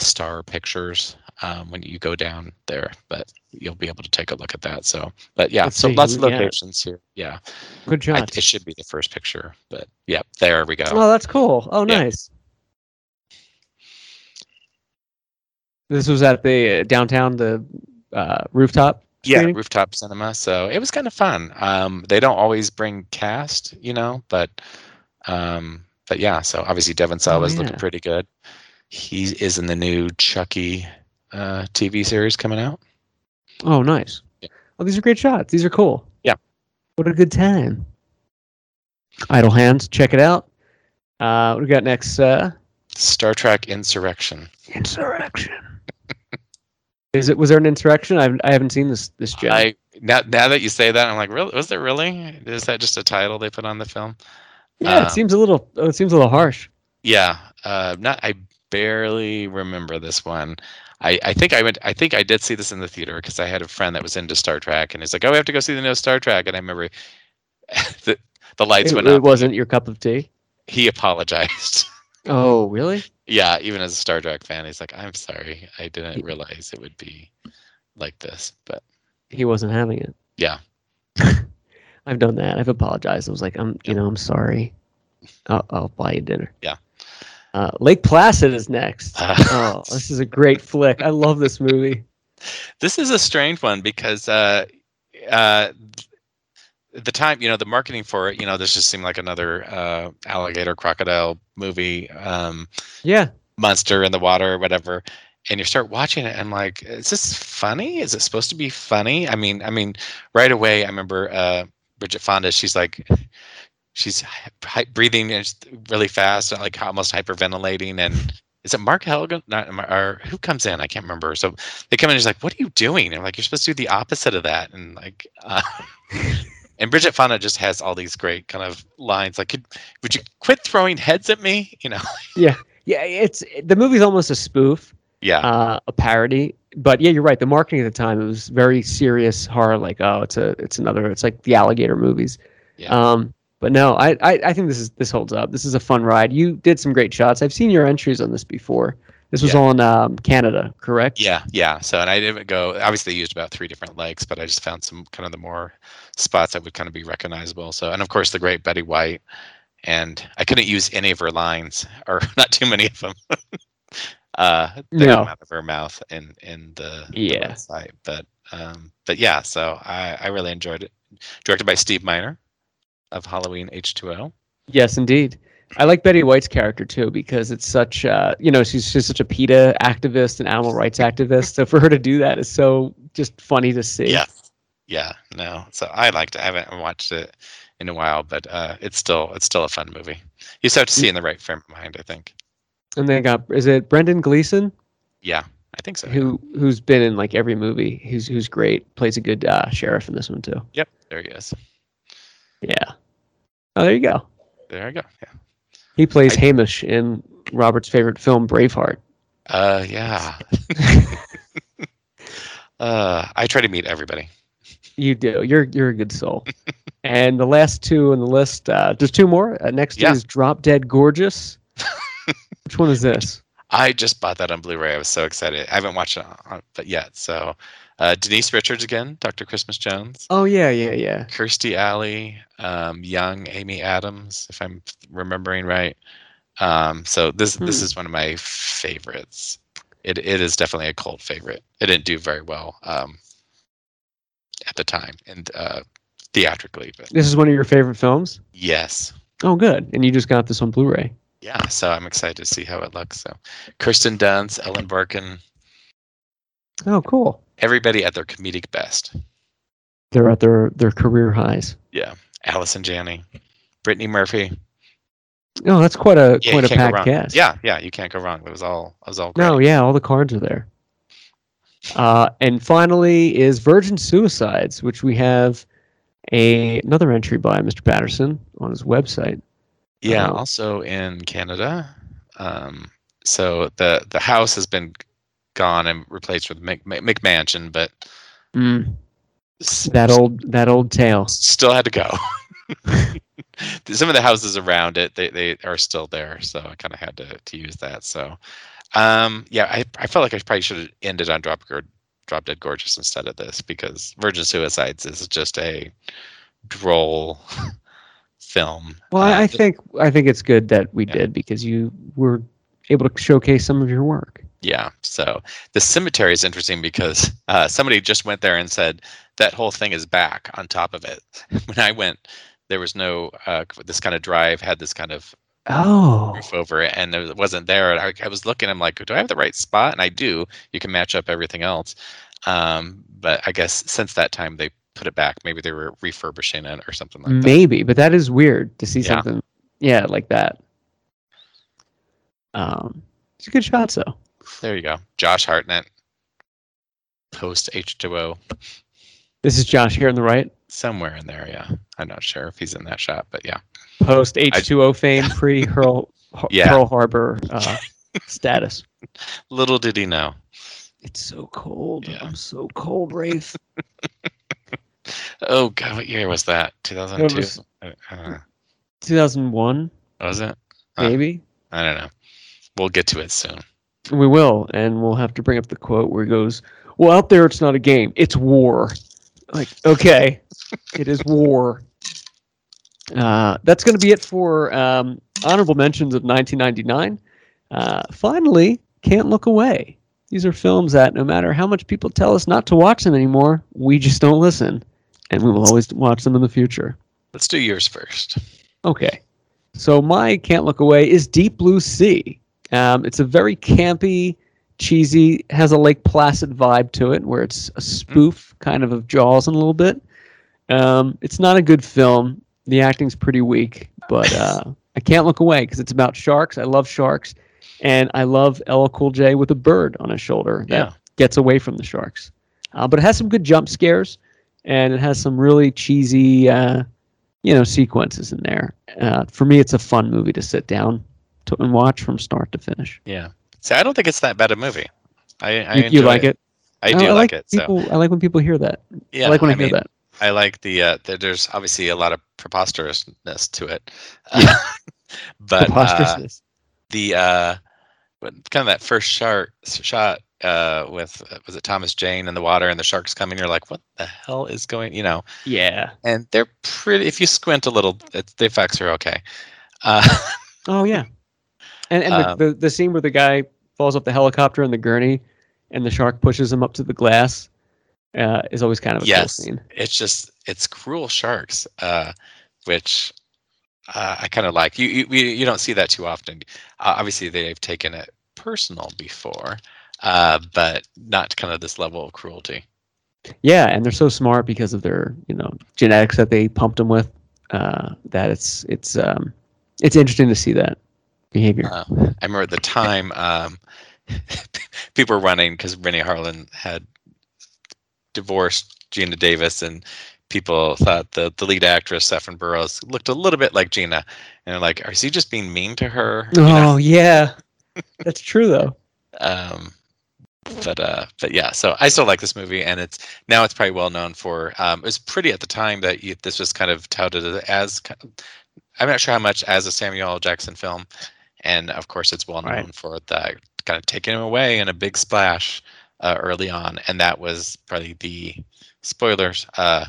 star pictures um, when you go down there, but you'll be able to take a look at that. So, but yeah,
Let's
so
see,
lots of
who- yeah.
locations here. Yeah.
Good
I-
shot.
it should be the first picture, but yeah, there we go.
Oh, that's cool. Oh,
Yeah.
nice. This was at the uh, downtown, the uh, rooftop.
yeah,
screening?
rooftop cinema. So it was kind of fun. Um, they don't always bring cast, you know, but um, but yeah. So obviously Devin Sawa is looking
yeah.
pretty good. He is in the new Chucky uh, TV series coming out.
Oh, nice.
Yeah.
Well, these are great shots. These are cool.
Yeah.
What a good time. Idle Hands, check it out. Uh, what we got next? Uh,
Star Trek Insurrection.
insurrection. Is it? Was there an insurrection? I haven't, I haven't seen this this jet.
I now now that you say that, I'm like, really? Was there really? Is that just a title they put on the film?
yeah,
uh,
it seems a little. oh, It seems a little harsh.
Yeah, uh, not. I barely remember this one. I, I think I went. I think I did see this in the theater because I had a friend that was into Star Trek, and he's like, "Oh, we have to go see the new Star Trek." And I remember the the lights
It,
went
it
up.
wasn't your cup of tea.
He apologized.
Oh, really?
yeah, even as a Star Trek fan, he's like, "I'm sorry, I didn't realize it would be like this." But
He wasn't having it.
Yeah.
I've done that. I've apologized. I was like, I'm, you know, I'm sorry. I'll, I'll buy you dinner.
Yeah.
Uh, Lake Placid is next.
uh,
oh, this is a great flick. I love this movie.
this is a strange one because uh, uh, at the time, you know, the marketing for it, you know, this just seemed like another uh, alligator crocodile movie, um,
Yeah.
monster in the water, or whatever. And you start watching it, and I'm like, is this funny? Is it supposed to be funny? I mean, I mean, right away, I remember uh, Bridget Fonda. She's like, she's hy- hy- breathing and just really fast, like almost hyperventilating. And is it Mark Helgen? Not or who comes in? I can't remember. So they come in and she's like, "What are you doing?" And I'm like, "You're supposed to do the opposite of that." And like, uh, and Bridget Fonda just has all these great kind of lines, like, "Could would you quit throwing heads at me?" You know?
Yeah, it's the movie's almost a spoof,
Yeah,
uh, a parody. But yeah, you're right. The marketing at the time it was very serious horror, like oh, it's a, it's another, it's like the alligator movies.
Yeah.
Um, but no, I, I, I think this is this holds up. This is a fun ride. You did some great shots. I've seen your entries on this before. This was
Yeah.
on um, Canada, correct?
yeah, yeah. So, and I didn't go. Obviously, they used about three different legs, but I just found some kind of the more spots that would kind of be recognizable. So, and of course, the great Betty White. And I couldn't use any of her lines, or not too many of them. uh, that
No.
come out of her mouth in in the the
Yeah.
website. But um, but yeah. So I I really enjoyed it. Directed by Steve Miner of Halloween H two O.
Yes, indeed. I like Betty White's character too because it's such, uh, you know, she's she's such a PETA activist and animal rights activist. So for her to do that is so just funny to see.
Yeah. Yeah. No. So I liked it. I haven't watched it in a while, but uh, it's still it's still a fun movie. You just have to see in the right frame of mind. I think.
And they got is it Brendan Gleeson
Yeah. I think so.
who who's been in like every movie. Who's who's great. Plays a good uh, sheriff in this one too.
Yep. There he is.
Yeah. Oh, there you go.
There I go. Yeah.
He plays
I-
Hamish in Robert's favorite film, Braveheart.
Uh. Yeah. uh. I try to meet everybody.
You do. You're you're a good soul. and the last two on the list, uh, there's two more. Uh, next
Yeah.
is Drop Dead Gorgeous. Which one is this?
I just bought that on Blu-ray. I was so excited. I haven't watched it on, but yet. So, uh, Denise Richards again, Dr. Christmas Jones,
Oh yeah, yeah, yeah.
Kirstie Alley, um, young Amy Adams, if I'm remembering right. Um, so this this
Hmm.
is one of my favorites. It it is definitely a cult favorite. It didn't do very well um, at the time and uh, theatrically, but
This is one of your favorite films.
yes,
Oh, good. And you just got this on Blu-ray.
yeah. So I'm excited to see how it looks. So, Kirsten Dunst, Ellen Barkin,
Oh, cool.
everybody at their comedic best.
They're at their their career highs.
Allison Janney, Brittany Murphy.
Oh, that's quite a
Yeah,
quite
you
a
can't go
packed
wrong.
cast.
Yeah, yeah, you can't go wrong. It was all, it was all great.
No, yeah, all the cards are there. Uh, and finally is Virgin Suicides, which we have a another entry by Mr. Patterson on his website.
yeah,
Oh.
also in Canada. Um, so the the house has been gone and replaced with Mc, Mc- McMansion, but
Mm.
s-
That old that old tale.
still had to go. Some of the houses around it, they, they are still there, so I kind of had to, to use that. So, um, yeah, I, I felt like I probably should have ended on Drop Gor- Drop Dead Gorgeous instead of this because Virgin Suicides is just a droll film.
Well, I,
Uh,
I think I think it's good that we
Yeah.
did because you were able to showcase some of your work.
Yeah. So the cemetery is interesting because uh, somebody just went there and said that whole thing is back on top of it. When I went, there was no uh, this kind of drive had this kind of
Oh,
roof over it, and it wasn't there. And I, I was looking. I'm like, do I have the right spot? And I do. You can match up everything else. Um, but I guess since that time they put it back. Maybe they were refurbishing it or something like that.
maybe, but that is weird to see
Yeah.
something, yeah, like that. Um, it's a good shot, though.
There you go. Josh Hartnett, post H2O.
This is Josh here on the right,
Somewhere in there, yeah. I'm not sure if he's in that shot, but yeah.
post H two O fame, pre Pearl Har-
Yeah.
Pearl Harbor uh, status.
Little did he know.
It's so cold.
Yeah.
I'm so cold, Rafe.
Oh God, what year was that? Two thousand two. Uh,
was- Two thousand one,
Was it? Huh.
maybe.
I don't know. We'll get to it soon.
We will, and we'll have to bring up the quote where he goes, "Well, out there, it's not a game; it's war." Like, okay, it is war. Uh, that's going to be it for um, honorable mentions of 1999. Uh, finally, can't look away. These are films that, no matter how much people tell us not to watch them anymore, we just don't listen. and we will always watch them in the future.
Let's do yours first.
Okay. So my can't look away is Deep Blue Sea. Um, it's a very campy, cheesy, has a Lake Placid vibe to it, where it's a spoof kind of of Jaws in a little bit. Um, it's not a good film. The acting's pretty weak, but uh, I can't look away because it's about sharks. I love sharks, and I love LL Cool J with a bird on his shoulder that
Yeah.
gets away from the sharks. Uh, but it has some good jump scares, and it has some really cheesy. Uh, you know sequences in there. Uh, for me, it's a fun movie to sit down to, and watch from start to finish.
Yeah. So I don't think it's that bad a movie. I, I
you, you
enjoy
like it?
I do like, it. So
People, I like when people hear that.
yeah,
I like when I, hear
mean,
that.
I like the, uh, the there's obviously a lot of preposterousness to it, but uh,
Preposterousness.
the uh, but kind of that first shark shot uh, with uh, was it Thomas Jane in the water and the sharks coming. You're like, what the hell is going? You know,
yeah.
and they're pretty. If you squint a little, it, the effects are okay. Uh,
Oh yeah. And and
Um,
the, the the scene where the guy falls off the helicopter in the gurney, and the shark pushes him up to the glass, uh, is always kind of a
Yes.
cool scene.
it's just it's cruel sharks, uh, which uh, I kind of like. You, you you you don't see that too often. Uh, obviously, they've taken it personal before, uh, but not kind of this level of cruelty.
Yeah, and they're so smart because of their you know genetics that they pumped them with. Uh, that it's it's um it's interesting to see that behavior.
Uh, I remember at the time um, people were running because Rennie Harlan had divorced Gina Davis, and people thought that the lead actress, Saffron Burrows, looked a little bit like Gina. And they're like, is he just being mean to her? You know?
Oh yeah, that's true though.
um but uh but yeah so i still like this movie and it's now it's probably well known for um it was pretty at the time that you, this was kind of touted as ki- i'm not sure how much as a samuel L. jackson film and of course it's well known
Right.
for the kind of taking him away in a big splash uh, early on and that was probably the spoilers uh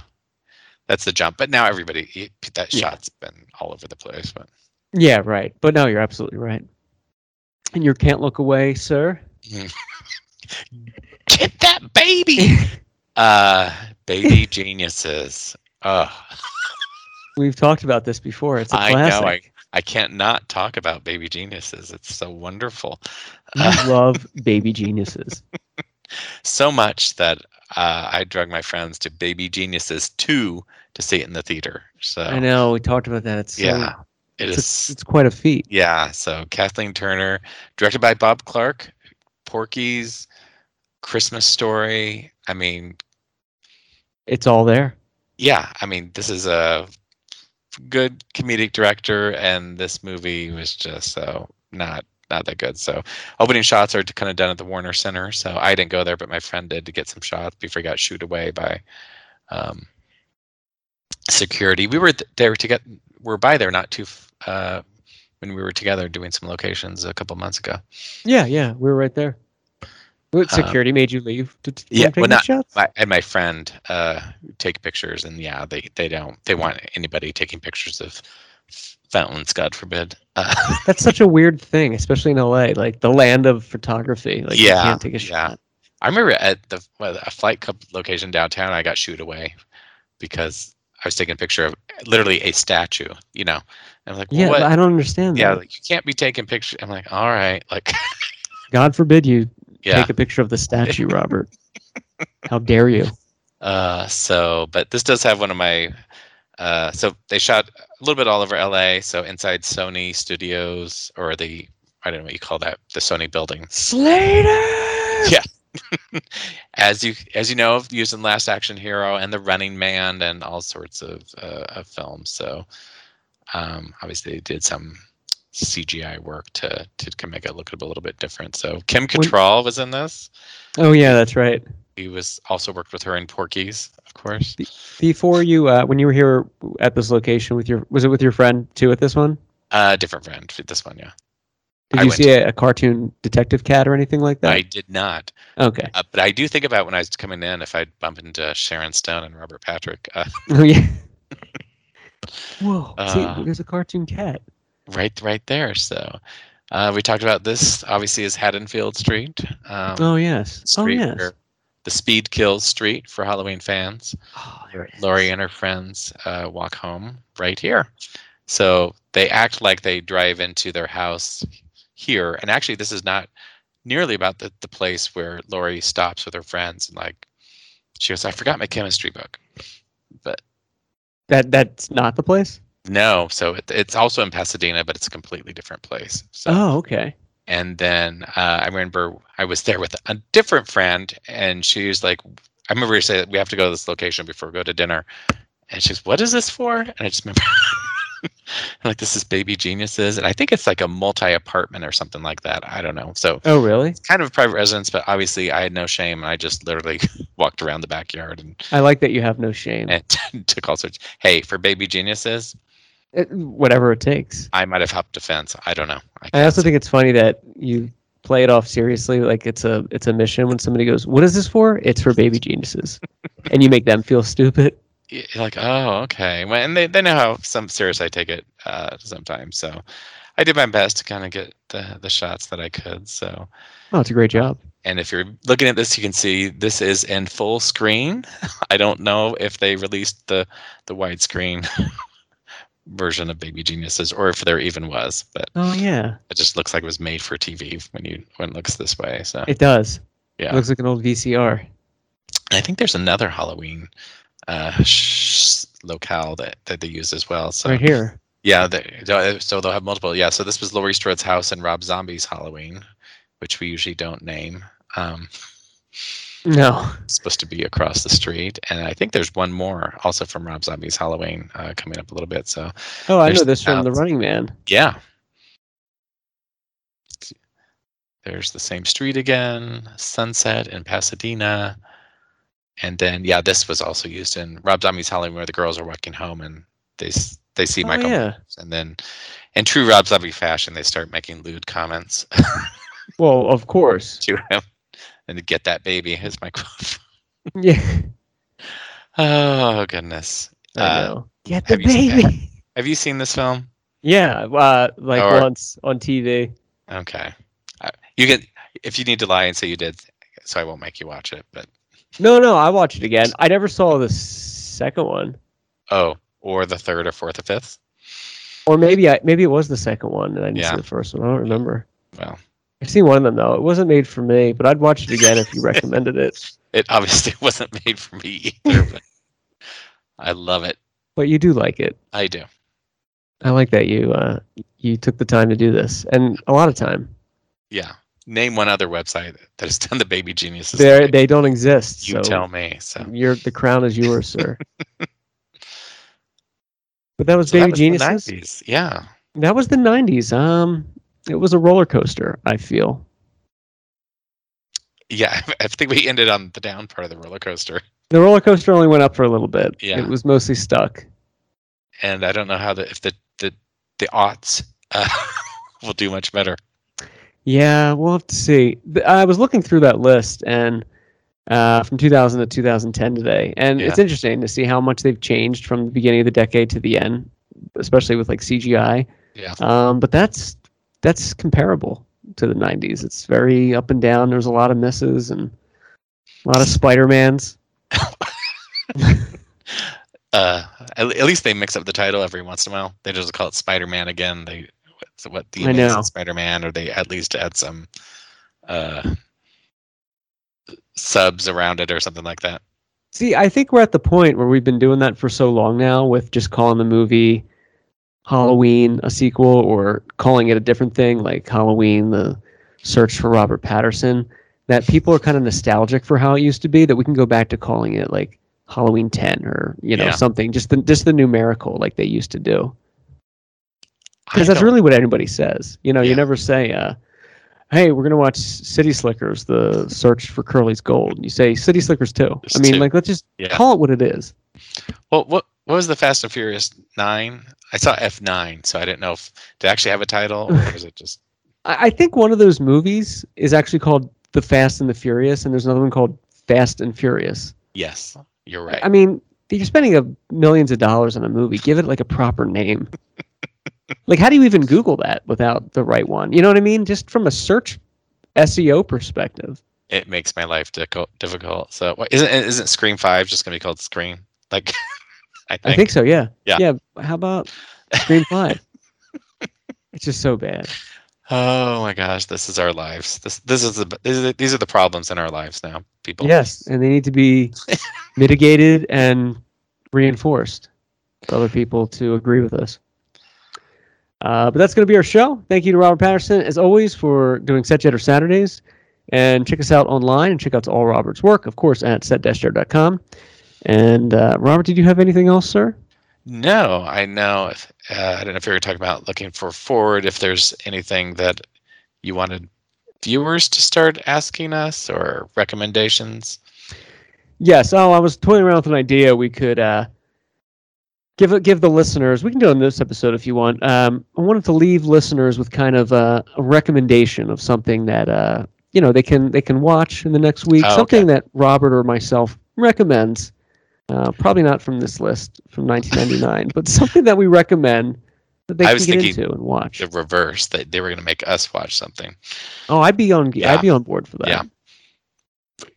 that's the jump but now everybody that
Yeah.
shot's been all over the place but
Yeah, right. But no, you're absolutely right. And you can't look away, sir.
get that baby uh baby geniuses oh
We've talked about this before. It's a
I know,
classic.
i can't not talk about baby geniuses it's so wonderful
You love baby geniuses.
so much that uh, i drug my friends to baby geniuses 2 to see it in the theater so
I know. We talked about that. It's so,
Yeah, it
it's,
is
a- Oh. it's quite a feat.
yeah so kathleen turner directed by bob clark porky's christmas story i mean
It's all there.
yeah, I mean, this is a good comedic director, and this movie was just so not not that good. So opening shots are kind of done at the Warner Center. So I didn't go there, but my friend did to get some shots before he got shooed away by um, security. We were th- there to get we're by there not too f- uh, when we were together doing some locations a couple months ago.
Yeah, yeah. We were right there. Uh, What,
Um,
security made you leave to, to
yeah,
come take
well,
these
not-
shots?
my, and my friend uh, take pictures, and yeah, they they don't they want anybody taking pictures of fountains, God forbid. Uh,
That's such a weird thing, especially in LA, like the land of photography. Like
Yeah,
you can't take a
yeah.
shot.
I remember at the well, a flight club location downtown, I got shooed away because I was taking a picture of literally a statue. You know, and I'm like,
Yeah,
what?
I don't understand
yeah,
that.
like you can't be taking pictures. I'm like, all right, like
God forbid you
yeah.
take a picture of the statue, Robert. How dare you?
Uh, so, but this does have one of my. Uh, so they shot a little bit all over LA. So inside Sony Studios, or the I don't know what you call that, the Sony building.
Slater!
As you as you know, using Last Action Hero and The Running Man and all sorts of uh, of films. So um, obviously they did some CGI work to to kind of make it look a little bit different. So Kim
When-
Cattrall was in this.
Oh, yeah, that's right.
He was also worked with her in Porky's, of course.
Before you, uh, when you were here at this location with your, was it with your friend too at this one?
Uh, different friend. This one, yeah.
Did
I
you
went
see a, a cartoon detective cat or anything like
I
that?
did not.
okay.
Uh, but I do think about when I was coming in if I'd bump into Sharon Stone and Robert Patrick uh,
Oh, yeah. Whoa,
Uh,
see, there's a cartoon cat.
right right there. So uh, we talked about this obviously is Haddonfield Street. Um,
Oh, yes. Oh,
street
yes.
where the Speed Kills Street for Halloween fans.
Oh, there it is.
Lori and her friends uh, walk home right here. So they act like they drive into their house here. And actually, this is not nearly about the, the place where Lori stops with her friends and like she goes, I forgot my chemistry book. But
That that's not the place.
no, so it, it's also in Pasadena, but it's a completely different place. So
Oh, okay.
and then uh, I remember I was there with a different friend, and she was like, "I remember you said we have to go to this location before we go to dinner," and she's, "What is this for?" And I just remember, I'm like, "This is Baby Geniuses," and I think it's like a multi apartment or something like that. I don't know. So
Oh, really?
kind of a private residence, but obviously I had no shame, and I just literally walked around the backyard and,
I like that you have no shame.
and took all sorts. Hey, for Baby Geniuses,
Uh, whatever it takes.
I might have hopped a fence. I don't know.
I also
can't-
think it's funny that you play it off seriously, like it's a it's a mission. When somebody goes, "What is this for?" It's for baby geniuses, and you make them feel stupid.
y- you're like, oh, okay. Well, and they, they know how some serious I take it uh, sometimes. So I did my best to kind of get the, the shots that I could. So,
Oh, it's a great job.
and if you're looking at this, you can see this is in full screen. I don't know if they released the, the widescreen version of Baby Geniuses or if there even was, but
Oh yeah,
it just looks like it was made for TV when you when it looks this way. So
it does.
Yeah.
it looks like an old VCR.
And I think there's another Halloween uh, sh- locale that, that they use as well. So
Right here.
Yeah, they, so- so they'll have multiple. Yeah, so this was Laurie Strode's house and Rob Zombie's Halloween, which we usually don't name. Um,
No.
it's supposed to be across the street, and I think there's one more also from Rob Zombie's Halloween uh, coming up a little bit. So
Oh, I
There's
know this from The
clouds.
Running Man.
yeah, there's the same street again, sunset in Pasadena, and then yeah, this was also used in Rob Zombie's Halloween where the girls are walking home and they s- they see
Oh,
Michael
yeah.
and then in true Rob Zombie fashion, they start making lewd comments
Well, of course.
to him. And to get that baby is my quote.
Yeah.
Oh goodness.
I
Uh,
know. Get the
have you seen that?
baby.
Have you seen this film?
Yeah, uh, like
Or-
once on TV.
Okay. I- You can if you need to lie and say you did, so I won't make you watch it, but
No, no, I watched it again. I never saw the second one,
oh, or the third or fourth or fifth.
or maybe I maybe it was the second one and I didn't
Yeah.
see the first one. I don't remember.
Well,
I've seen one of them though. It wasn't made for me, but I'd watch it again if you recommended it.
it obviously wasn't made for me either, but I love it.
But you do like it.
I do.
I like that you uh, you took the time to do this, and a lot of time.
Yeah. Name one other website that has done the baby geniuses.
They they don't exist.
you
so
tell me. So
Your the crown is yours, sir. but that was
So that
Baby
was the
Geniuses.
90s. Yeah.
That was the '90s. Um, it was a roller coaster. I feel.
Yeah, I think we ended on the down part of the roller coaster,
The roller coaster only went up for a little bit.
Yeah.
It was mostly stuck.
and I don't know how the if the the the aughts uh, will do much better.
Yeah, we'll have to see. Th- I was looking through that list and uh, from 2000 to 2010 today, and it's interesting to see how much they've changed from the beginning of the decade to the end, especially with like CGI.
Yeah.
Um, but that's that's comparable to the 90s. It's very up and down. There's a lot of misses and a lot of Spider-Mans.
Uh, at, at least they mix up the title every once in a while. They just call it Spider Man again. They what's what the
I know.
Spider Man, or they at least add some uh, subs around it or something like that.
See, I think we're at the point where we've been doing that for so long now with just calling the movie Halloween a sequel or calling it a different thing like Halloween the search for Robert Patterson that people are kind of nostalgic for how it used to be that we can go back to calling it like Halloween 10 or you know
Yeah.
something just the just the numerical like they used to do
I
because that's
don't-
really what anybody says you know
Yeah.
you never say uh Hey, we're gonna watch City Slickers: The Search for Curly's Gold. You say City Slickers Two. I
Just
mean,
two.
like, let's just
yeah.
call it what it is.
Well, what what was the Fast and Furious nine? I saw F nine, so I didn't know if did it actually have a title or was it just
I, I think one of those movies is actually called The Fast and the Furious, and there's another one called Fast and Furious.
yes. You're right.
I mean, you're spending a, millions of dollars on a movie. Give it like a proper name. like, how do you even Google that without the right one? You know what I mean? Just from a search SEO E perspective.
it makes my life dico- difficult. So what, isn't isn't Scream Five just gonna be called Scream? Like, I
I
think.
think so. Yeah.
Yeah.
How about Scream Five? it's just so bad.
Oh my gosh, this is our lives. This this is the this is the, these are the problems in our lives now, people.
Yes, and they need to be mitigated and reinforced for other people to agree with us. Uh, but that's going to be our show. Thank you to Robert Patterson, as always, for doing Set Jetter Saturdays. And check us out online and check out all Robert's work, of course, at set-jetter.com. And uh, Robert, did you have anything else, sir?
No, I know. If, uh, I don't know if you were talking about looking for forward. If there's anything that you wanted viewers to start asking us or recommendations.
Yes. Oh, I was toying around with an idea. We could uh, give uh, give the listeners. We can do it on this episode if you want. Um, I wanted to leave listeners with kind of a, a recommendation of something that uh, you know they can they can watch in the next week.
Oh, okay.
something that Robert or myself recommends. Uh, probably not from this list from 1999, but something that we recommend that they
I
can
was
get
thinking
into and watch.
The reverse that they were going to make us watch something.
Oh, I'd be on.
Yeah.
I'd be on board for that.
Yeah.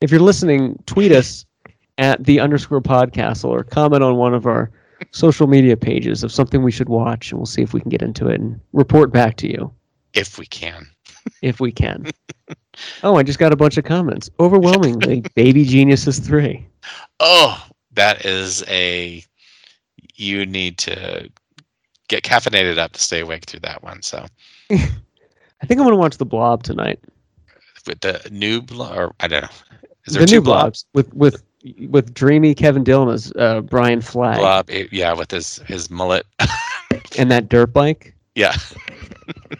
If you're listening, tweet us at the underscore podcastle or comment on one of our social media pages of something we should watch, and we'll see if we can get into it and report back to you
if we can.
if we can. oh, I just got a bunch of comments. Overwhelmingly, Baby Geniuses three.
Oh, that is a you need to get caffeinated up to stay awake through that one. So
I think I'm gonna watch the Blob tonight.
with the noob or I don't know. Is
the
there
new
two blobs?
Blobs with with with dreamy Kevin Dillon as uh, Brian Flagg
Blob, eh, yeah, with his his mullet.
and that dirt bike.
yeah,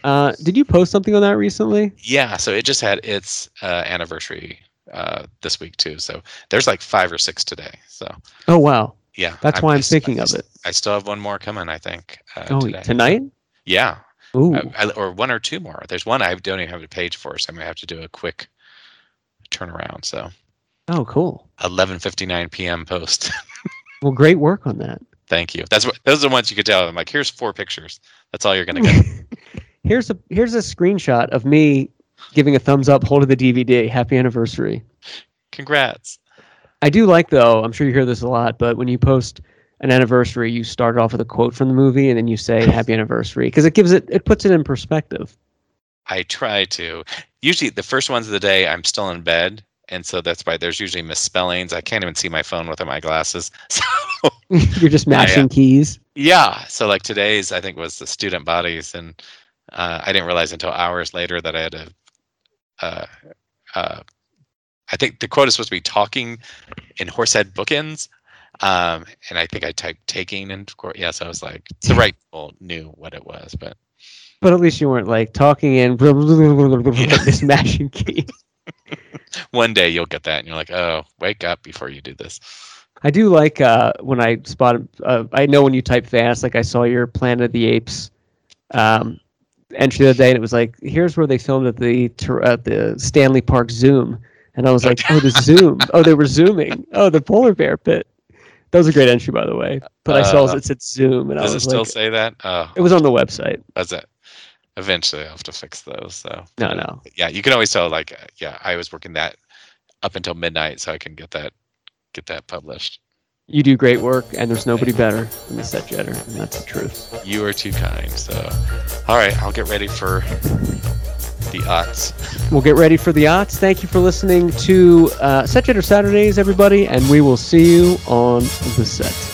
Uh, did you post something on that recently?
yeah. So it just had its uh, anniversary uh, this week too. So there's like five or six today. So
Oh wow.
yeah,
That's why I'm
just-
thinking of
just-
it.
I still have one more coming. I think. Uh,
Oh,
today.
tonight?
Yeah,
Ooh,
I- I- or one or two more. There's one I don't even have a page for, so I'm gonna have to do a quick turnaround. So
oh, cool.
11:59 p.m. post.
Well, great work on that.
Thank you. That's what those are the ones you could tell. I'm like, here's four pictures. That's all you're gonna get.
Here's a here's a screenshot of me giving a thumbs up, holding the DVD. Happy anniversary.
Congrats.
I do like though. I'm sure you hear this a lot, but when you post an anniversary, you start off with a quote from the movie, and then you say "Happy anniversary" because it gives it it puts it in perspective.
I try to. Usually, the first ones of the day, I'm still in bed, and so that's why there's usually misspellings. I can't even see my phone without my glasses. So
You're just matching keys.
yeah. So like today's, I think was the student bodies, and uh, I didn't realize until hours later that I had a. Uh, uh, I think the quote is supposed to be talking in horsehead bookends. Um, and I think I typed taking and yes, I was like the right people knew what it was, but
But at least you weren't like talking and just mashing keys.
one day you'll get that and you're like oh wake up before you do this
I do like uh, when I spotted. Uh, I know when you type fast. Like I saw your Planet of the Apes um, entry the other day, and it was like, "Here's where they filmed at the Tor- at the Stanley Park Zoom." And I was like, "Oh, the Zoom! Oh, they were zooming! Oh, the polar bear pit." That was a great entry, by the way. But I saw
Uh,
it said Zoom, and I
does it
was
still
like,
say that oh
"It was on the website."
that's it eventually i'll have to fix those so
No, no.
yeah you can always tell like uh, yeah i was working that up until midnight so i can get that get that published
You do great work, and there's nobody better than the set jetter, and that's the truth.
you are too kind so all right i'll get ready for the odds
We'll get ready for the odds. Thank you for listening to uh, Set Jetter Saturdays, everybody, and we will see you on the set.